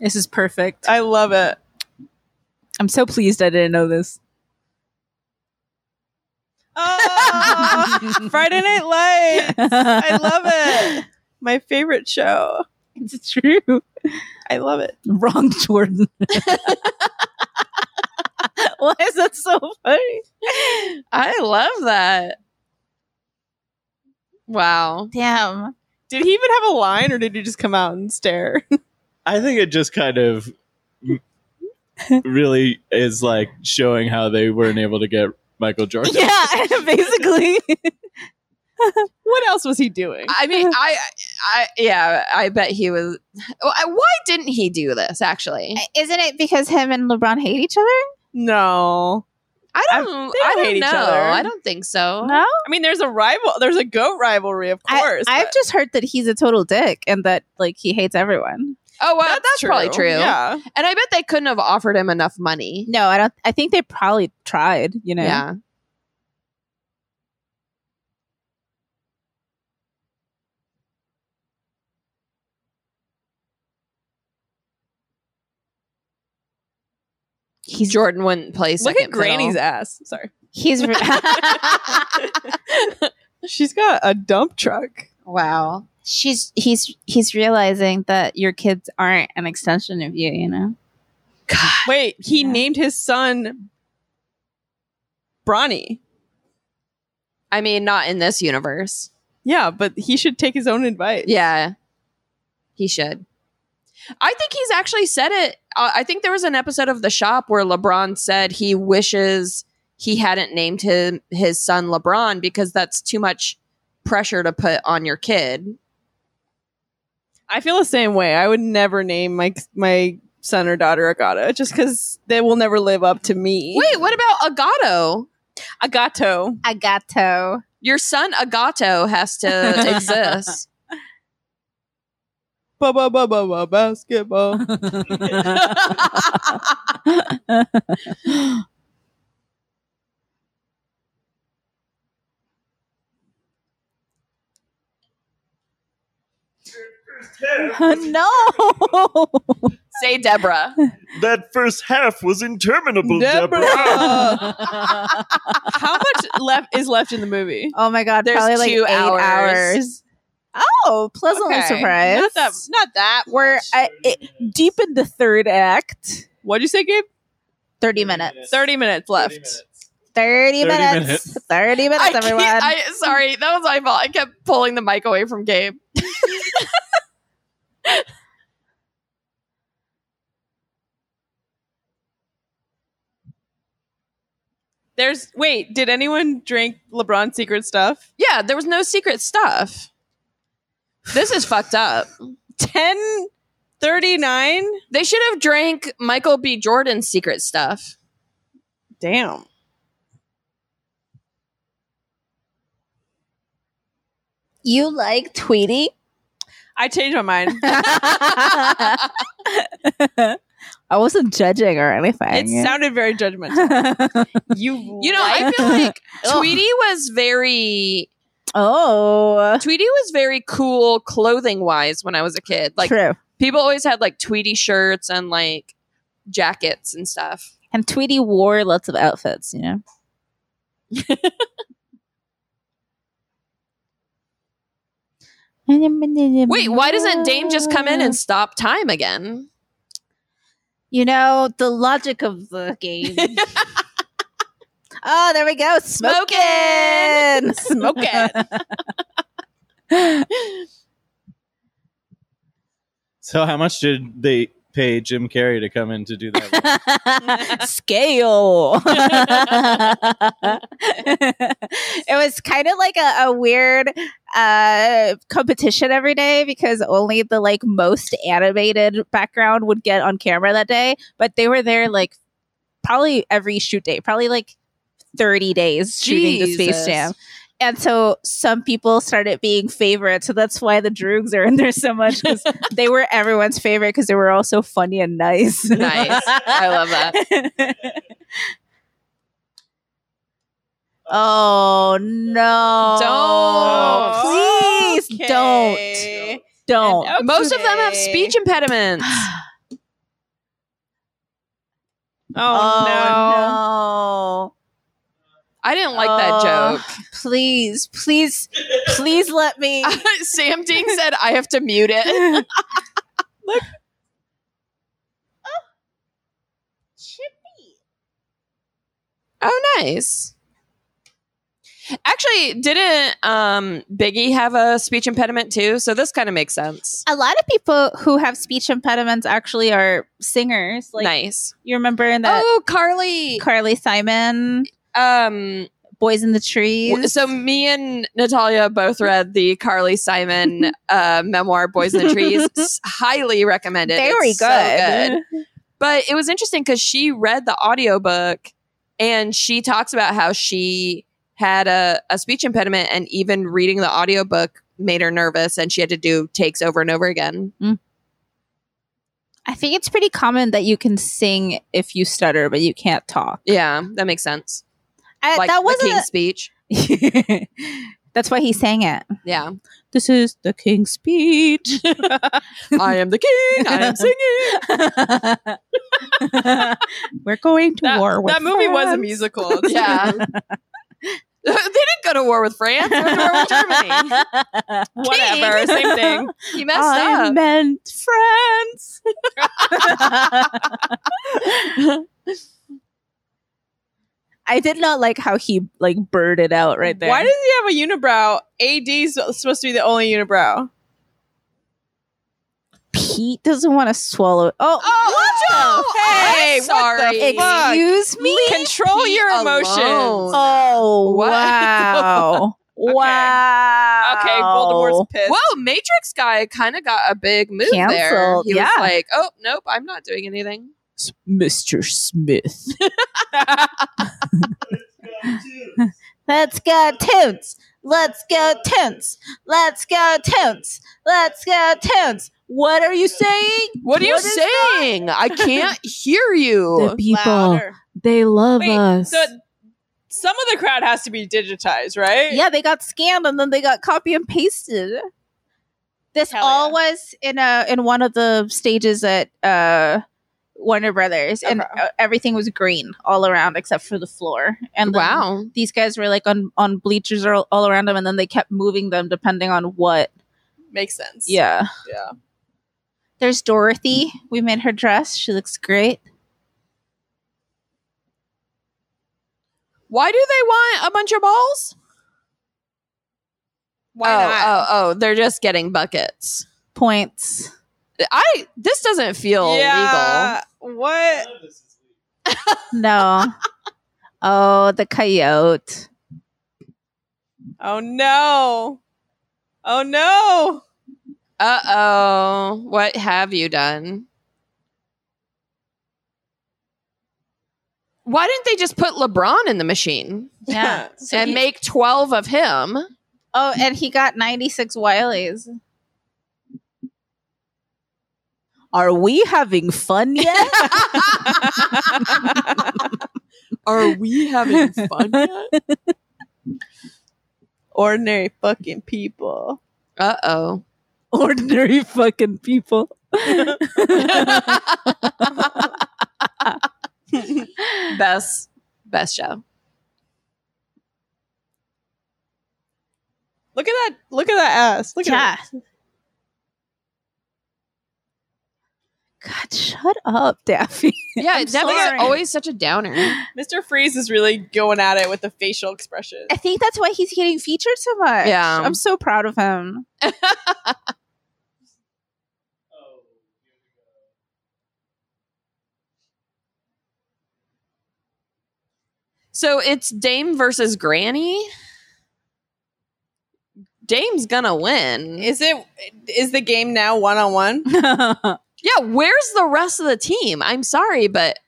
This is perfect. I love it. I'm so pleased I didn't know this. Oh, Friday Night Lights. I love it. My favorite show. It's true. I love it. Wrong, Jordan. Why is that so funny? I love that. Wow. Damn. Did he even have a line or did he just come out and stare? I think it just kind of really is like showing how they weren't able to get Michael Jordan. yeah, basically. what else was he doing? I mean, I, I, yeah, I bet he was. Well, I- Why didn't he do this? Actually, Isn't it because him and LeBron hate each other? no. I I- don't. I, they don't don't hate each know. other. I don't think so. No. I mean, there's a rival. There's a goat rivalry, of course. I, I've but- just heard that he's a total dick and that like he hates everyone. Oh well, that's, probably true. Yeah. And I bet they couldn't have offered him enough money. No, I don't. I think they probably tried, you know. Yeah. He's Jordan wouldn't play second. Look at Granny's fiddle. ass. Sorry. He's re- She's got a dump truck. Wow. she's he's he's realizing that your kids aren't an extension of you. You know. Wait, he named his son Bronny. I mean, not in this universe. Yeah, but he should take his own advice. Yeah. He should. I think he's actually said it. Uh, I think there was an episode of The Shop where LeBron said he wishes he hadn't named him his son LeBron because that's too much pressure to put on your kid. I feel the same way. I would never name my my son or daughter Agata just because they will never live up to me. Wait, what about Agato? Agato. Agato. Your son Agato has to exist. Ba ba ba ba ba basketball. no. Say Deborah. That first half was interminable, Deborah. How much left is left in the movie? Oh my god! There's probably like two eight hours. hours. Oh, pleasantly Okay. surprised. Not that. Not that. We're uh, it, deep in the third act. What'd you say, Gabe? Thirty minutes. Thirty minutes left. Thirty 30 minutes. minutes. Thirty minutes. I everyone. can't- I- sorry, that was my fault. I kept pulling the mic away from Gabe. There's. Wait, did anyone drink LeBron's secret stuff? Yeah, there was no secret stuff. This is fucked up. 10 39 They should have drank Michael B. Jordan's secret stuff. damn you like Tweety? i changed my mind I wasn't judging or it anything. sounded very judgmental you You know, I feel like Tweety was very oh, Tweety was very cool clothing wise when I was a kid. Like true. people always had like Tweety shirts and like jackets and stuff. And Tweety wore lots of outfits, you know. Wait, why doesn't Dame just come in and stop time again? You know the logic of the game. oh, there we go. Smoking. smoke it So how much did they pay Jim Carrey to come in to do that? scale? it was kind of like a, a weird uh, competition every day because only the like most animated background would get on camera that day. But they were there like probably every shoot day, probably like thirty days shooting the Space Jesus. Jam. And so some people started being favorites. So that's why the Droogs are in there so much because they were everyone's favorite because they were all so funny and nice. Nice. I love that. Oh no! Don't. please don't, don't. Most of them have speech impediments. Oh, no. no. I didn't like that Oh, joke. Please, please, please let me. Sam Ding said I have to mute it. oh, nice. Actually, didn't um, Biggie have a speech impediment too? So this kind of makes sense. A lot of people who have speech impediments actually are singers. Like nice. you remember in that oh, Carly. Carly Simon, Um, Boys in the Trees. w- so me and Natalia both read the Carly Simon uh, memoir, Boys in the Trees. S- Highly recommended. Very It's so good. good. But it was interesting because she read the audiobook and she talks about how she had a, a speech impediment and even reading the audiobook made her nervous and she had to do takes over and over again. I think it's pretty common that you can sing if you stutter, but you can't talk. Yeah, that makes sense. I, Like that the King's wasn't. speech. That's why he sang it. Yeah. This is the King's speech. I am the king. I am We're going to war That, with that movie was a France. musical. It's- Yeah. they didn't go to war with France. They went to war with Germany. Whatever. Same thing. He messed I up. meant friends. I did not like how he like birded out right there. Why does he have a unibrow? AD's supposed to be the only unibrow. Pete doesn't want to swallow? Oh, Oh, Hey, hey, what sorry. the Oh, fuck? excuse me. Control Pete your emotions. alone. Oh What? wow! Okay. Wow. Okay, Oh. Voldemort's pissed. Whoa, Matrix guy kind of got a big move there. Canceled, He yeah. was like, "Oh nope, I'm not doing anything." Mr. Smith. Let's go tunes. Let's go tunes. Let's go tunes. Let's go tunes. What are you saying? What are you What is that? saying? I can't hear you. The people, they love Wait, us. so some of the crowd has to be digitized, right? Yeah, they got scanned and then they got copy and pasted. This Hell all was in a in one of the stages at uh Warner Brothers, and Okay. uh, everything was green all around except for the floor. And then Wow. these guys were like on on bleachers all, all around them, and then they kept moving them depending on what. Makes sense. Yeah, Yeah. there's Dorothy. We made her dress. She looks great. Why do they want a bunch of balls? Why oh, not? oh, oh, they're just getting buckets. Points. I this doesn't feel legal. yeah. What? No. oh, the coyote. Oh no. Oh no. Uh oh. What have you done? Why didn't they just put LeBron in the machine Yeah. and make 12 of him? Oh, and he got 96 Wileys. Are we having fun yet? Are we having fun yet? Ordinary fucking people. Uh oh. Ordinary fucking people. Best, best show. Look at that. Look at that ass. Look Yeah. at that. God, shut up, Daffy. Yeah, sorry. Devin's always such a downer. Mr. Freeze is really going at it with the facial expression. I think that's why he's getting featured so much. Yeah. I'm so proud of him. So it's Dame versus Granny. Dame's gonna win. Is it is the game now one on one? Oh Yeah, where's the rest of the team? I'm sorry, but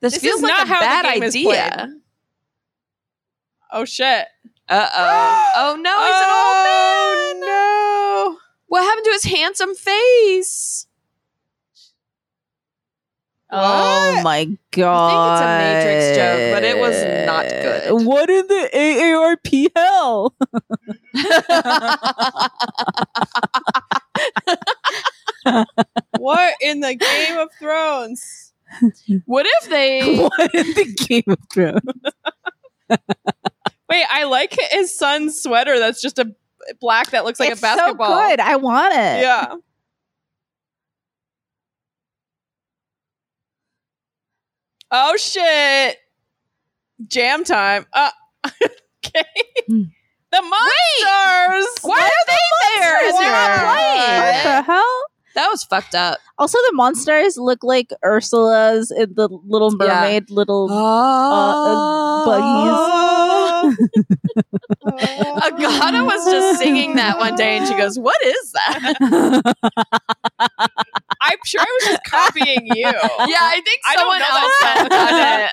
this, This feels is like not a how the bad game is idea. Oh shit. Uh oh. oh no, he's an old man. oh What happened to his handsome face? Oh Oh, What? my god. I think it's a Matrix joke, but it was not good. What in the AARP hell? no. What in the Game of Thrones? What if they? what in the Game of Thrones? Wait, I like his son's sweater. That's just a black that looks like it's a basketball. so good. I want it. Yeah. Oh shit! Jam time. Uh, okay. Hmm. The monsters. Why are they there? monsters? They're not Yeah. playing. What the hell? That was fucked up. Also, the monsters look like Ursula's in the Little Yeah. Mermaid. Little uh, Oh, buggies. Agata was just singing that one day, and she goes, "What is that?" I'm sure I was just copying you. yeah, I think I don't someone know else that said song. that.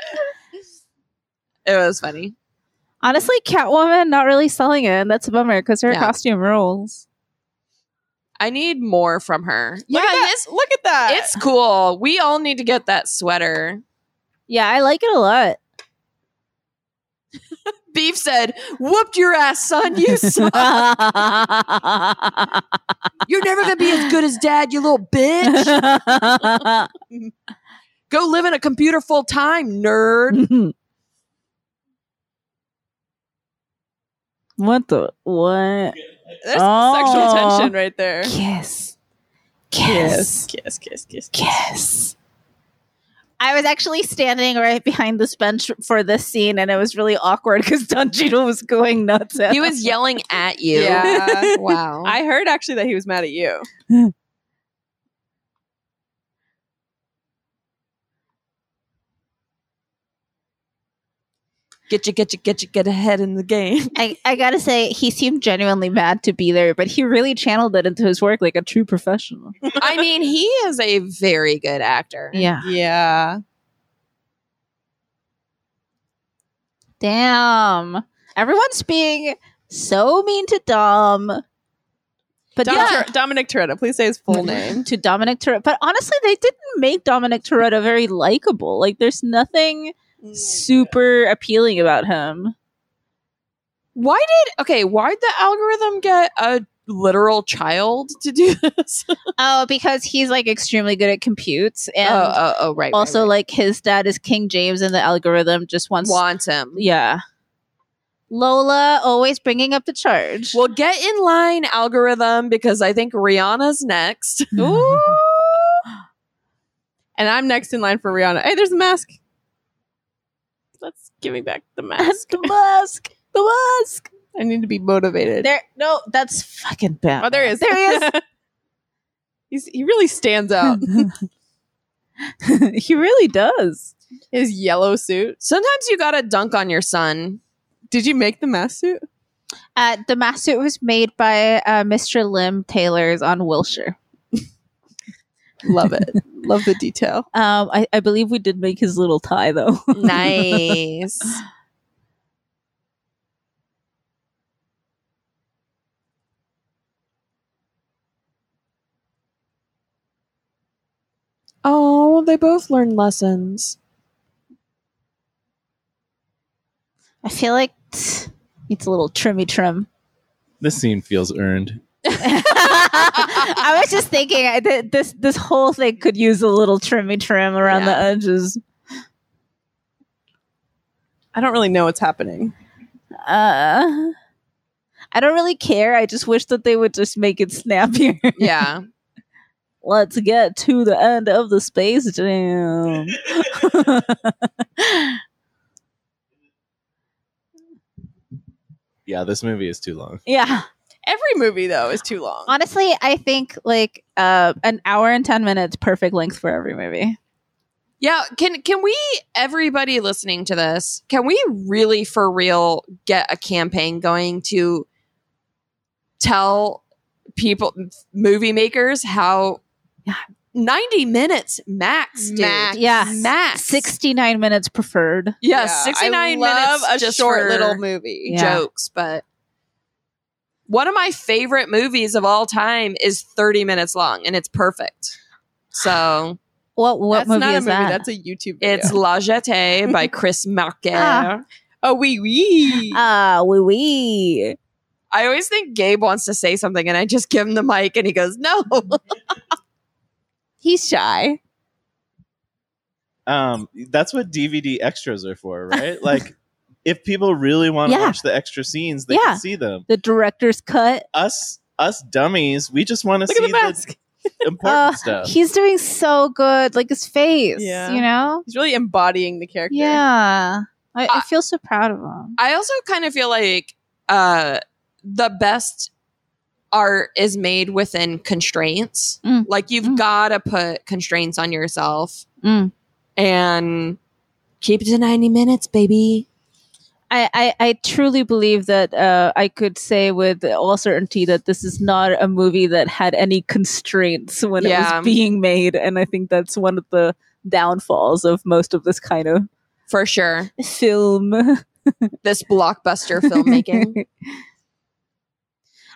It was funny. honestly, Catwoman not really selling it. and That's a bummer because her Yeah. costume rules. I need more from her. Look at that. this Look at that. it's cool. We all need to get that sweater. Yeah, I like it a lot. Beef said, "Whooped your ass, son. You suck. You're never gonna be as good as dad, you little bitch. Go live in a computer full time, nerd." what the what? There's Oh. sexual tension right there. Kiss. Kiss. Kiss, kiss, kiss. Kiss. I was actually standing right behind this bench for this scene, and it was really awkward because Don Cheadle was going nuts. At He was yelling at you. Yeah. Wow. I heard actually that he was mad at you. get you, get you, get you, get ahead in the game. I, I gotta say, he seemed genuinely mad to be there, but he really channeled it into his work like a true professional. Mm-hmm. I mean, he is a very good actor. Yeah. Yeah. Damn. Everyone's being so mean to Dom. But Dominic, yeah. Tur- Dominic Toretto, please say his full name. to Dominic Toretto. But honestly, they didn't make Dominic Toretto very likable. Like, there's nothing super appealing about him. Why did okay? Why did the algorithm get a literal child to do this? oh, Oh, because he's like extremely good at computes and oh, oh, right. also like his dad is King James and the algorithm just wants want him. yeah. Lola always bringing up the charge. Well, get in line, algorithm, because I think Rihanna's next. Ooh. And I'm next in line for Rihanna. Hey, there's a mask. Let's give me back the mask. the mask, the mask. I need to be motivated. There, no, that's fucking bad. oh, there he is. There he is. He's, he really stands out. he really does. His yellow suit. Sometimes you gotta dunk on your son. Did you make the mask suit? Uh, the mask suit was made by uh, Mr. Lim Taylor's on Wilshire. Love it. Love the detail. Um, I, I believe we did make his little tie though. Nice. oh, they both learned lessons. I feel like it's a little trimmy trim. This scene feels earned. I was just thinking I- th- this this whole thing could use a little trimmy trim around the edges. I don't really know what's happening. Uh, I don't really care. I just wish that they would just make it snappier. Yeah. Let's get to the end of the space jam. Yeah, this movie is too long. yeah. Every movie though is too long. Honestly, I think like uh, an hour and ten minutes, perfect length for every movie. Yeah, can can we everybody listening to this, can we really for real get a campaign going to tell people movie makers how 90 minutes max dude. Max. Yeah. Max. Sixty nine minutes preferred. Yeah, I 69 love minutes a just short for little movie. Yeah. jokes, but one of my favorite movies of all time is 30 minutes long and it's perfect. So, What what that's movie not is a movie. that? That's a YouTube. Video. it's La Jetée by Chris Marker. Ah. oh wee wee. Ah, wee wee. I always think Gabe wants to say something and I just give him the mic and he goes, No. He's shy. Um, that's what DVD extras are for, right? like, if people really want to Yeah. watch the extra scenes, they Yeah. can see them. The director's cut. Us, us dummies, we just want to see Look at the the, mask. important Uh, stuff. He's doing so good, like his face. Yeah. You know? He's really embodying the character. Ah. Yeah. I, I feel so proud of him. I also kind of feel like uh, the best art is made within constraints. Mm. Like you've Mm. got to put constraints on yourself Mm. and keep it to 90 minutes, baby. I, I, I truly believe that uh, I could say with all certainty that this is not a movie that had any constraints when it Yeah. was being made. And I think that's one of the downfalls of most of this kind of For sure. film. This blockbuster filmmaking.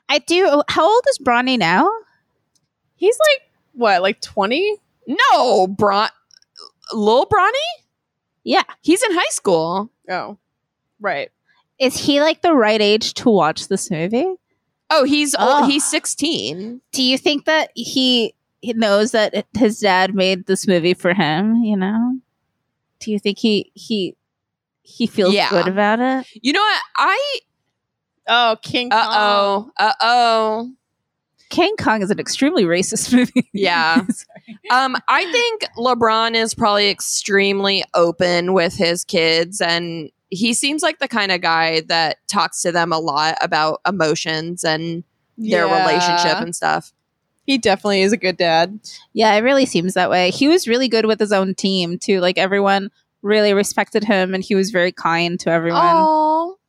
I do. How old is Bronny now? He's like what, like twenty? no, Bron. Lil Bronny? Yeah. He's in high school. Oh, right. Is he like the right age to watch this movie? Oh, he's Oh. Ah. old. He's 16. Do you think that he, he knows that his dad made this movie for him? You know? Do you think he he he feels Yeah. good about it? You know what? I. Oh, King. Kong. Uh oh. Uh oh. King Kong is an extremely racist movie. Yeah. Sorry. um, I think LeBron is probably extremely open with his kids, and he seems like the kind of guy that talks to them a lot about emotions and their Yeah. relationship and stuff. He definitely is a good dad. Yeah, it really seems that way. He was really good with his own team too. Like everyone really respected him, and he was very kind to everyone. Oh,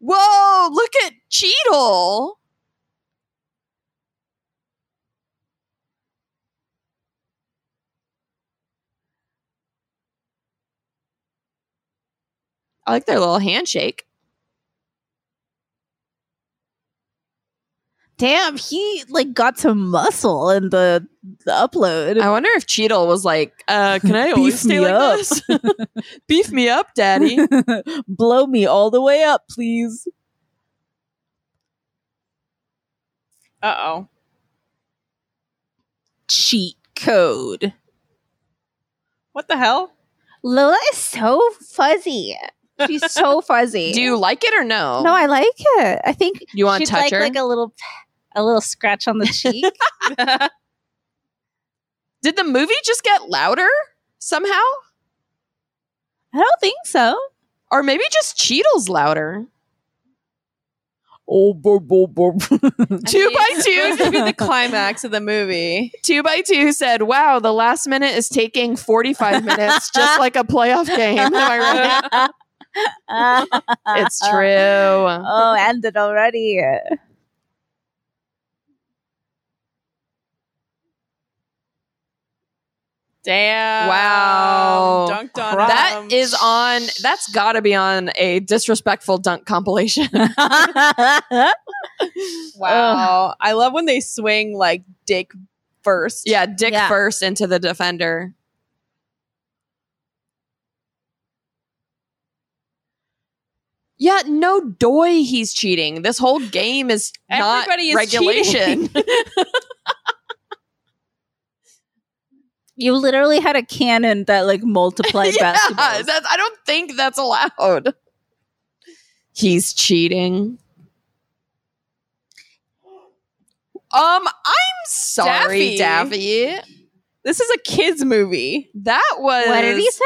whoa! Look at Cheadle. I like their little handshake. Damn, he like got some muscle in the, the upload. I wonder if Cheadle was like, uh, "Can I always Beef stay me like up. this? Beef me up, Daddy." Blow me all the way up, please. Uh oh. Cheat code. What the hell? Lola is so fuzzy. She's so fuzzy. Do you like it or no? No, I like it. I think you want to she'd touch like her? like a little a little scratch on the cheek. Did the movie just get louder somehow, I don't think so. or maybe just Cheadle's louder? Oh, bur, bur, bur, bur. Two mean- by two, This would be the climax of the movie. two by two said, "Wow, the last minute is taking forty-five minutes, just like a playoff game." Am I right? It's true. Oh, ended already. Damn. Wow. Dunked on That him. is on. That's got to be on a disrespectful dunk compilation. Wow. Oh, I love when they swing like dick first. Yeah, dick Yeah. first into the defender. Yeah, no doy he's cheating. This whole game is not Everybody is regulation. You literally had a cannon that like multiplied yeah, basketballs. that's, I don't think that's allowed. Oh, He's cheating. Um, I'm sorry, Daffy. Daffy. This is a kids movie. That was What did he say?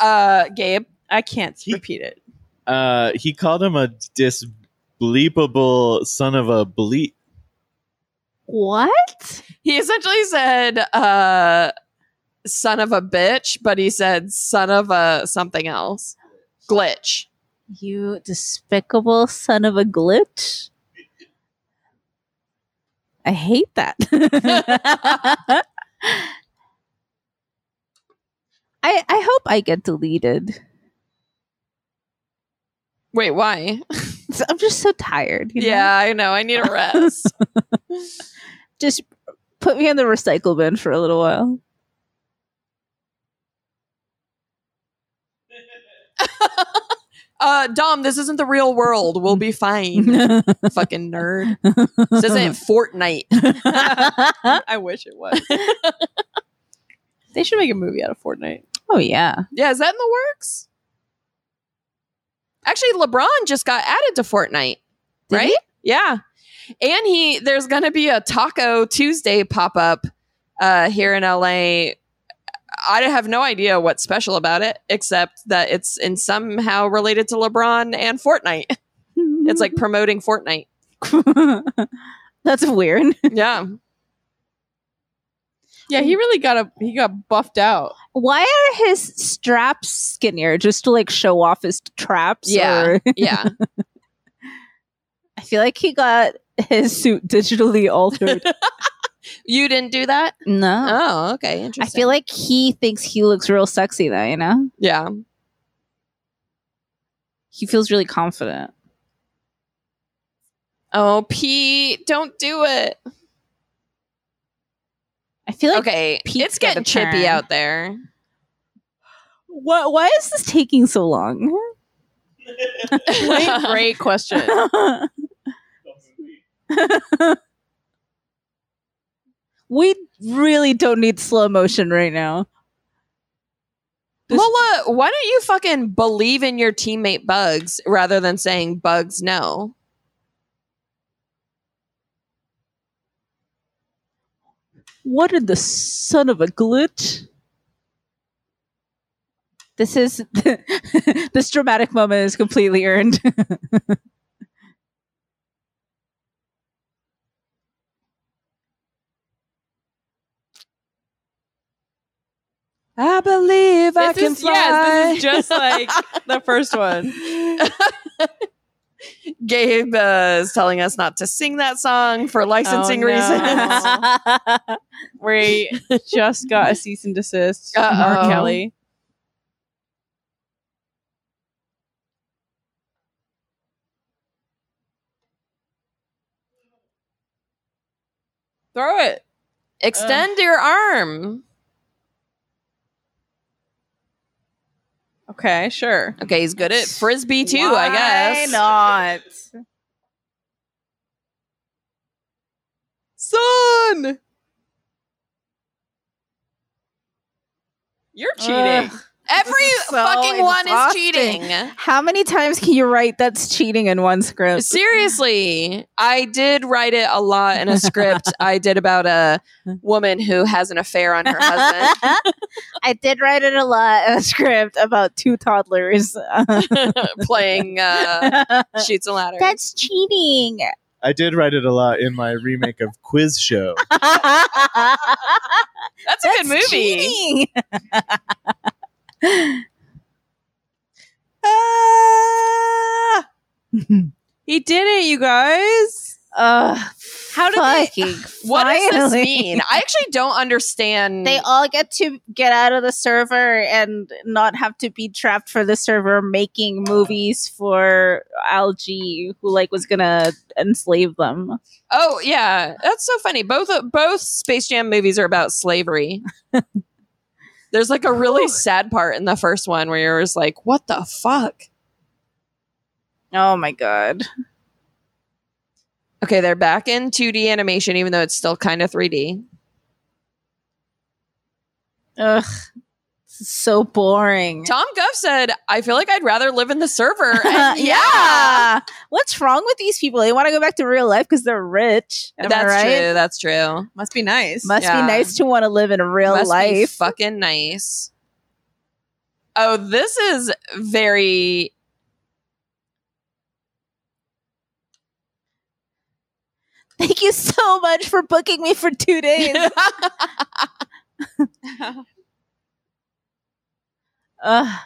Uh, Gabe. I can't He- repeat it. Uh, he called him a disbleepable son of a bleep. What? He essentially said, uh, son of a bitch, but he said son of a something else. Glitch. You despicable son of a glitch. I hate that. I I hope I get deleted. Wait, why? I'm just so tired. you know? Yeah, I know. I need a rest. Just put me in the recycle bin for a little while. uh, Dom, this isn't the real world. We'll be fine. Fucking nerd. This isn't Fortnite. I wish it was. They should make a movie out of Fortnite. Oh yeah. Yeah, is that in the works? Actually, LeBron just got added to Fortnite, Did right? he? Yeah, and he there's going to be a Taco Tuesday pop up uh, here in LA. I have no idea what's special about it, except that it's in somehow related to LeBron and Fortnite. It's Mm-hmm. like promoting Fortnite. That's weird. Yeah, Yeah, he really got a he got buffed out. Why are his straps skinnier? Just to like show off his traps? Yeah. or- yeah. I feel like he got his suit digitally altered. You didn't do that? no. Oh, okay. Interesting. I feel like he thinks he looks real sexy though, you know? yeah. He feels really confident. Oh, Pete, don't do it. I feel like okay, Pete's it's getting got a chippy turn. out there. what why is this taking so long? Great question. we really don't need slow motion right now. This- Lola, why don't you fucking believe in your teammate Bugs rather than saying Bugs no? What in the son of a glitch? This is this dramatic moment is completely earned. I believe I This can is- yes, this is fly. just like the first one. Gabe uh, is telling us not to sing that song for licensing Oh, no. reasons. We just got a cease and desist. from Uh-oh. R. Kelly. Throw it. Extend your arm. Okay, sure. Okay, he's good at frisbee too, I guess. Why not? Son! You're cheating. Ugh. Every This is so fucking one is exhausting. cheating. How many times can you write that's cheating in one script? Seriously, I did write it a lot in a script I did about a woman who has an affair on her husband. I did write it a lot in a script about two toddlers. playing uh, shoots and ladders. That's cheating. I did write it a lot in my remake of Quiz Show. That's, a good movie. cheating. He did it, you guys. Ugh, How did they- fucking What does this finally. mean? I actually don't understand. They all get to get out of the server and not have to be trapped for the server making movies for Algae, who like was gonna enslave them. oh yeah, that's so funny. Both both Space Jam movies are about slavery. There's like a really sad part in the first one where you're just like, "What the fuck?" Oh my god. Okay, they're back in 2D animation, even though it's still kind of 3D. Ugh. This is so boring. Tom Guff said, "I feel like I'd rather live in the server." And yeah, yeah. What's wrong with these people? They want to go back to real life because they're rich. Am I that's right? true. That's true. Must be nice. Must Yeah. be nice to want to live in real Must be life. fucking nice. Oh, this is very. Thank you so much for booking me for two days. Ugh.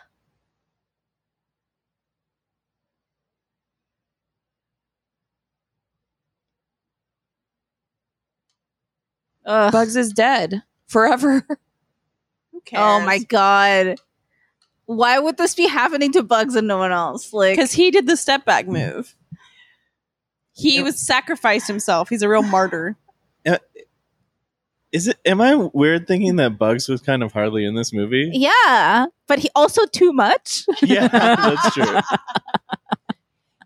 Ugh. Bugs is dead forever. Oh my god. Why would this be happening to Bugs and no one else? Like Because he did the step back move. He was sacrificed himself. He's a real martyr. Is it? Am I weird thinking that Bugs was kind of hardly in this movie? Yeah, but he also too much. yeah, that's true. yeah,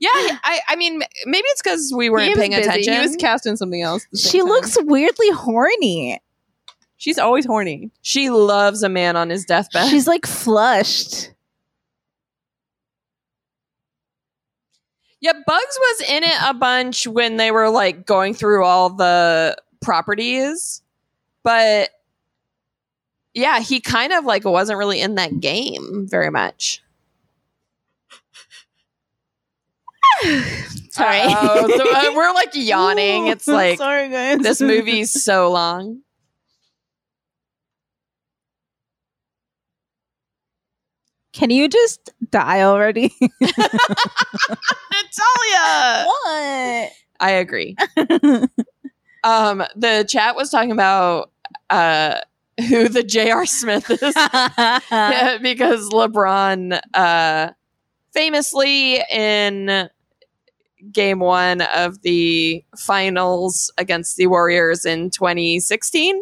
I, I mean, maybe it's because we weren't he was paying busy. attention. He was casting something else. at the same She time. looks weirdly horny. She's always horny. She loves a man on his deathbed. She's like flushed. yeah, Bugs was in it a bunch when they were like going through all the properties, but yeah, he kind of like wasn't really in that game very much. Sorry. Uh-oh. So, uh, we're like yawning. It's like sorry guys. this movie's so long. Can you just die already? Natalia. what? I agree. um, the chat was talking about uh, who the J.R. Smith is because LeBron uh, famously in game one of the finals against the Warriors in 2016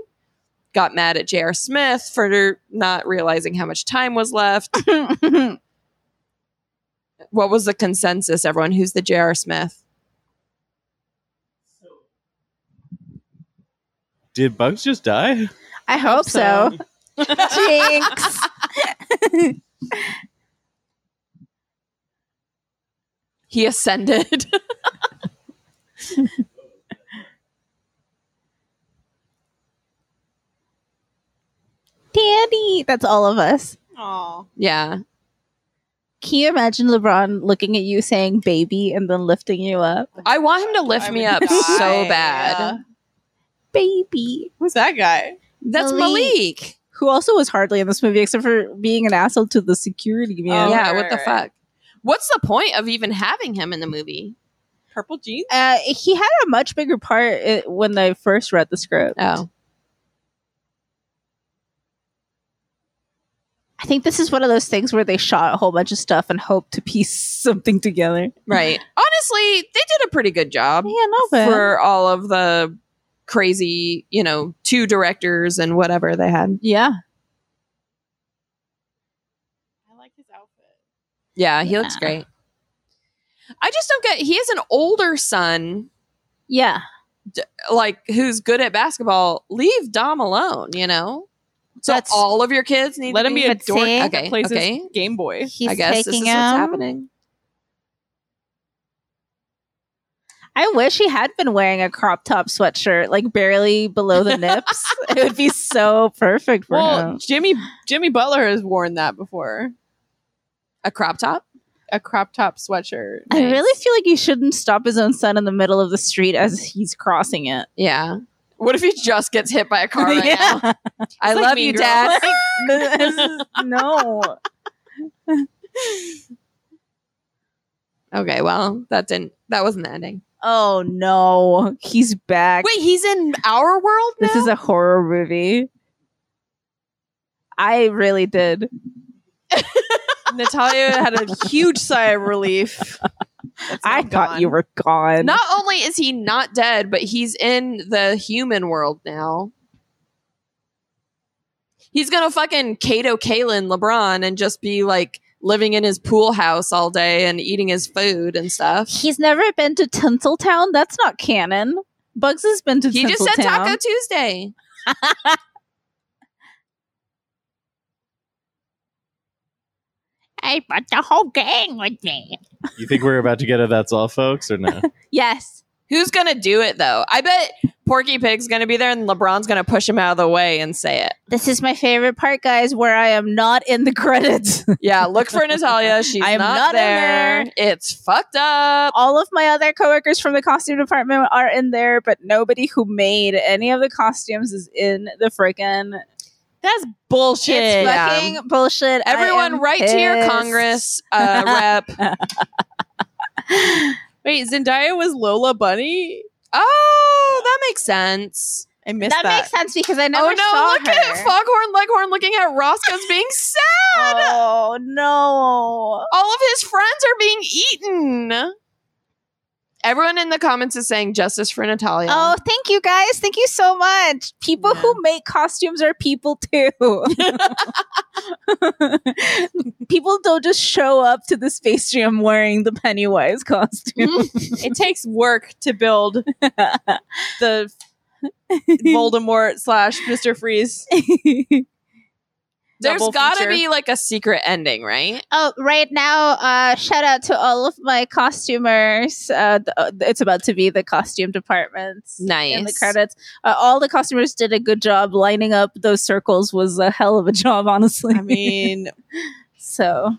got mad at J.R. Smith for not realizing how much time was left. What was the consensus, everyone? Who's the J.R. Smith? Did Bugs just die? I hope so. Jinx. he ascended. Danny. That's all of us. Aw. yeah. Can you imagine LeBron looking at you saying baby and then lifting you up? I want him to lift I me would up die. so bad. Yeah. Baby. Who's that guy? That's Malik. Malik. Who also was hardly in this movie except for being an asshole to the security man. Oh, yeah, right, what the right, right. fuck? What's the point of even having him in the movie? Purple jeans? Uh, he had a much bigger part uh, when I first read the script. Oh. I think this is one of those things where they shot a whole bunch of stuff and hoped to piece something together. Right. Honestly, they did a pretty good job Yeah, no bad. for all of the crazy, you know, two directors and whatever they had. Yeah. I like his outfit. Yeah, he looks great. I just don't get he has an older son Yeah. like who's good at basketball, leave Dom alone, you know? So That's- all of your kids need Let to him be be a But dork see- that Okay, plays his okay. Game Boy. He's I guess this is taking what's him. happening. I wish he had been wearing a crop top sweatshirt, like barely below the nips. it would be so perfect for Well, him. Jimmy Jimmy Butler has worn that before. A crop top? A crop top sweatshirt. I really feel like he shouldn't stop his own son in the middle of the street as he's crossing it. Yeah. What if he just gets hit by a car right now? I like love Mean you, Girls. Dad. This is- no. Okay, well, that didn't that wasn't the ending. Oh no. He's back. Wait, he's in our world now? This is a horror movie. I really did. Natalia had a huge sigh of relief. I thought you were gone. not only is he not dead, but he's in the human world now. He's gonna fucking Kato Kalin LeBron and just be like living in his pool house all day and eating his food and stuff. He's never been to Tinseltown. That's not canon. Bugs has been to He Tinseltown. just said Taco Tuesday. I brought the whole gang with me. You think we're about to get a that's all, folks, or no? Yes. Who's gonna do it though? I bet Porky Pig's gonna be there and LeBron's gonna push him out of the way and say it. This is my favorite part, guys, where I am not in the credits. Yeah, look for Natalia. She's I am not, not in there. It's fucked up. All of my other coworkers from the costume department are in there, but nobody who made any of the costumes is in the freaking. That's bullshit. It's Yeah. fucking bullshit. I Everyone, am write to your pissed. Congress uh, rep. Wait, Zendaya was Lola Bunny? Oh, that makes sense. I missed That, that. makes sense because I never oh no, saw look her. at Foghorn Leghorn looking at Roscoe's being sad. oh no! All of his friends are being eaten. Everyone in the comments is saying justice for Natalia. Oh, thank you guys. Thank you so much. People Yeah. who make costumes are people too. people don't just show up to this space jam wearing the Pennywise costume. it takes work to build the Voldemort slash Mister Freeze. There's Double got to feature. be like a secret ending, right? Oh, right now, uh, shout out to all of my costumers. Uh, th- uh, it's about to be the costume department Nice. in the credits. Uh, all the costumers did a good job lining up those circles. Was a hell of a job, honestly. I mean, so,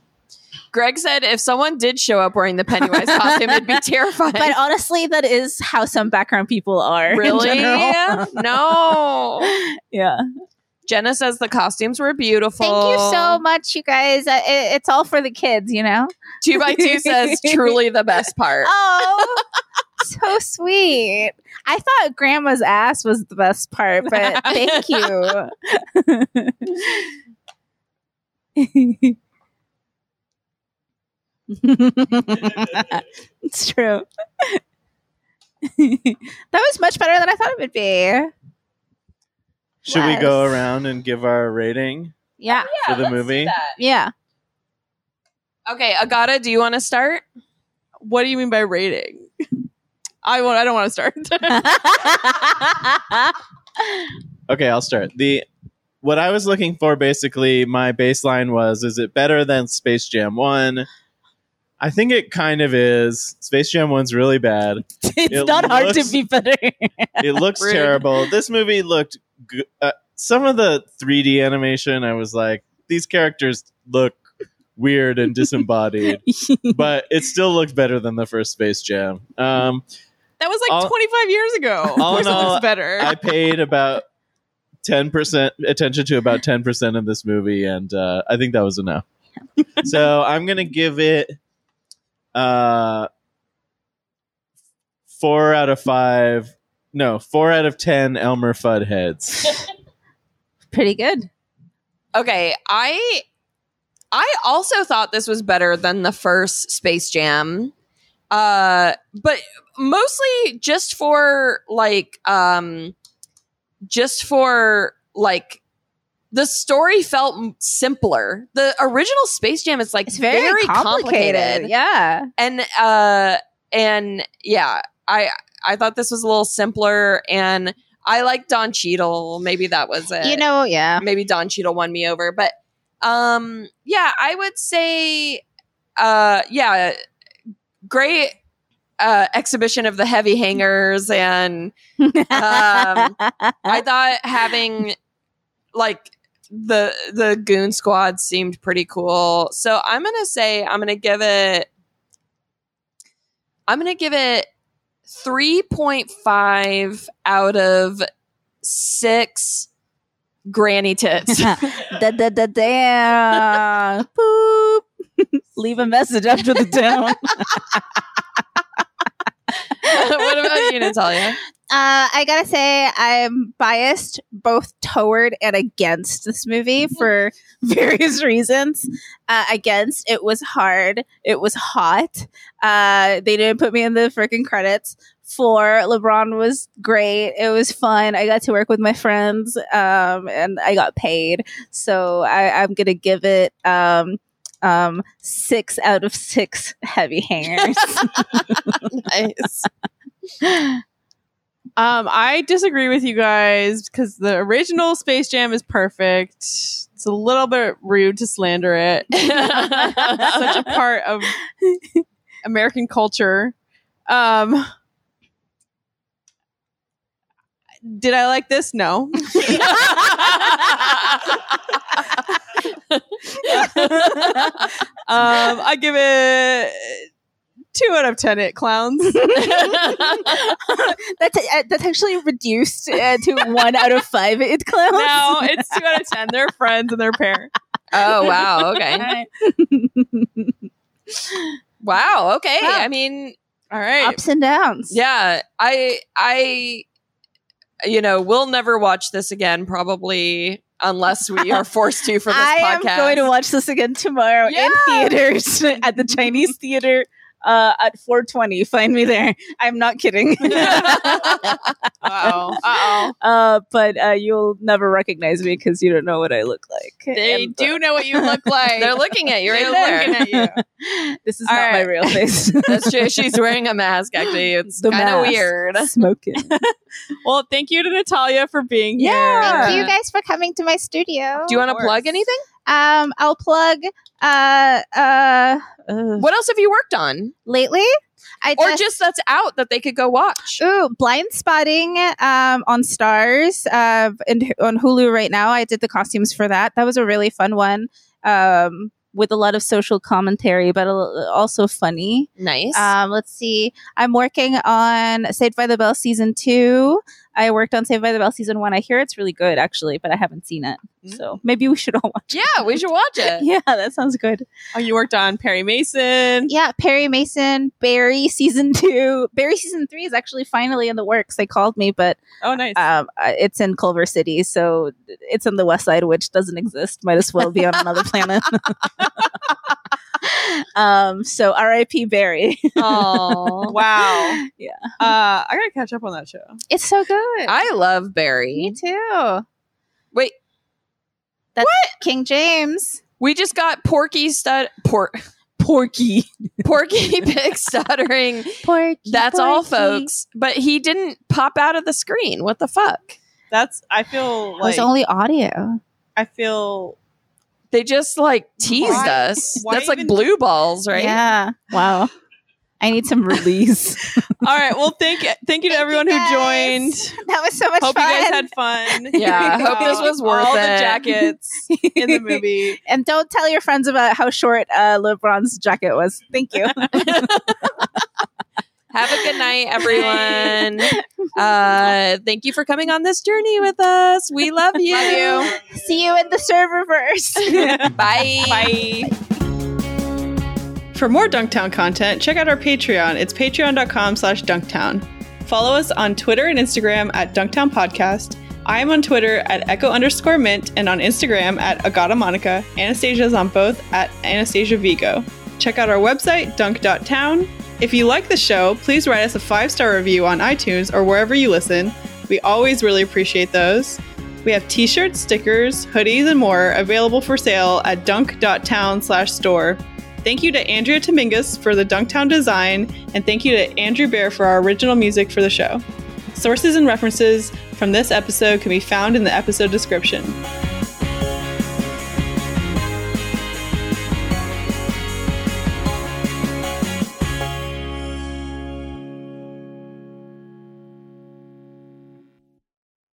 Greg said if someone did show up wearing the Pennywise costume, it'd be terrifying. but honestly, that is how some background people are. in really? general. no. yeah. Jenna says the costumes were beautiful. Thank you so much, you guys. Uh, it, it's all for the kids, you know. Two by two says truly the best part. Oh, so sweet. I thought grandma's ass was the best part, but thank you. it's true. That was much better than I thought it would be. Should Yes. we go around and give our rating Oh, Yeah. for the movie? Yeah. Okay, Agata, do you want to start? what do you mean by rating? I want. I don't want to start. Okay, I'll start. The what I was looking for basically my baseline was is it better than Space Jam 1? I think it kind of is. Space Jam 1's really bad. It's It not hard to looks- be better. It looks Rude. terrible. This movie looked good. Uh, some of the 3D animation I was like these characters look weird and disembodied, but it still looked better than the first Space Jam. Um That was like All- 25 years ago. Of All in course it all, looks better. Oh, I paid about ten percent attention to about ten percent of this movie, and uh, I think that was enough. so I'm gonna give it uh, four out of five. No, four out of ten Elmer Fudd heads. Pretty good. Okay, I I also thought this was better than the first Space Jam. Uh but mostly just for like um just for like the story felt m- simpler. The original Space Jam is like It's very, complicated. Yeah. and uh and yeah i i thought this was a little simpler and i like don Cheadle. maybe that was it You know, yeah. maybe don Cheadle won me over but um yeah i would say uh yeah great uh exhibition of the heavy hangers and um i thought having like the the goon squad seemed pretty cool so i'm gonna say i'm gonna give it i'm gonna give it 3.5 out of six granny tits da, da, da, damn. Boop. Leave a message after the down. what about you natalia Uh, I gotta say, I'm biased both toward and against this movie for various reasons. Uh, against, it was hard, it was hot. Uh, they didn't put me in the freaking credits. For LeBron was great. It was fun. I got to work with my friends, um, and I got paid. So I, I'm gonna give it um, um, six out of six heavy hangers. nice Um, I disagree with you guys because the original Space Jam is perfect. It's a little bit rude to slander it. It's such a part of American culture. Um, did I like this? No. Um, I give it two out of ten. It clowns. That's uh, that's actually reduced uh, to one out of five. It clowns. No, it's two out of ten. They're friends and they're pair. oh wow okay wow okay Wow. i mean All right. Ups and downs. yeah i i you know we'll never watch this again probably unless we are forced to for this I podcast am going to watch this again tomorrow Yeah. in theaters at the Chinese theater uh, at 420. Find me there. I'm not kidding. oh. Uh oh. uh, but uh, you'll never recognize me because you don't know what I look like. They And, do know what you look like. They're looking at you right They're there. looking at you. uh, this is All not my right. real face. That's true. She's wearing a mask. Actually, it's The kind of mask. weird. Smoking. Well, thank you to Natalia for being here. Yeah. Uh, Thank you guys for coming to my studio. Do you want to course. plug anything? Um, I'll plug. Uh, uh, ugh. What else have you worked on, lately, I or just, just that's out that they could go watch? ooh blind spotting um on stars uh and on Hulu right now. I did the costumes for that. That was a really fun one. Um, with a lot of social commentary, but a l- also funny. Nice. Um, let's see. I'm working on Saved by the Bell season two. I worked on Saved by the Bell season one. I hear it's really good actually, but I haven't seen it. Mm. So maybe we should all watch. yeah, we should watch it. Yeah, that sounds good. oh, you worked on Perry Mason. Yeah, Perry Mason, Barry season two. Barry season three is actually finally in the works. They called me, but Oh, nice. um, uh, it's in Culver City, so it's on the West Side, which doesn't exist. Might as well be on another planet. um, so R.I.P. Barry. Oh, wow. Yeah. Uh, I gotta catch up on that show. It's so good. I love Me Barry. too. Wait, King James. we just got Porky stud por- Porky. Porky Pig stuttering. Porky. That's all, Porky. folks. But he didn't pop out of the screen. What the fuck? That's. I feel It was like. only audio. I feel. They just like teased Why- us. why That's like even- blue balls, right? Yeah. Wow. I need some release. All right. Well, thank thank you to Thank you, everyone who joined. guys. that was so much Hope fun. you guys had fun. Yeah, I hope Uh, this was worth all the it. jackets in the movie. and don't tell your friends about how short uh, LeBron's jacket was. Thank you. Have a good night, everyone. uh, thank you for coming on this journey with us. We love you. Love See you in the serververse. Bye. Bye. For more Dunktown content, check out our Patreon. It's patreon.com slash dunktown. Follow us on Twitter and Instagram at Dunktown Podcast. I am on Twitter at echo underscore mint and on Instagram at Agata Monica. Anastasia is on both at Anastasia Vigo. Check out our website, dunk.town. If you like the show, please write us a five star review on iTunes or wherever you listen. We always really appreciate those. We have t-shirts, stickers, hoodies, and more available for sale at dunk.town slash store. Thank you to Andrea Tomingus for the Dunktown design, and thank you to Andrew Bear for our original music for the show. Sources and references from this episode can be found in the episode description.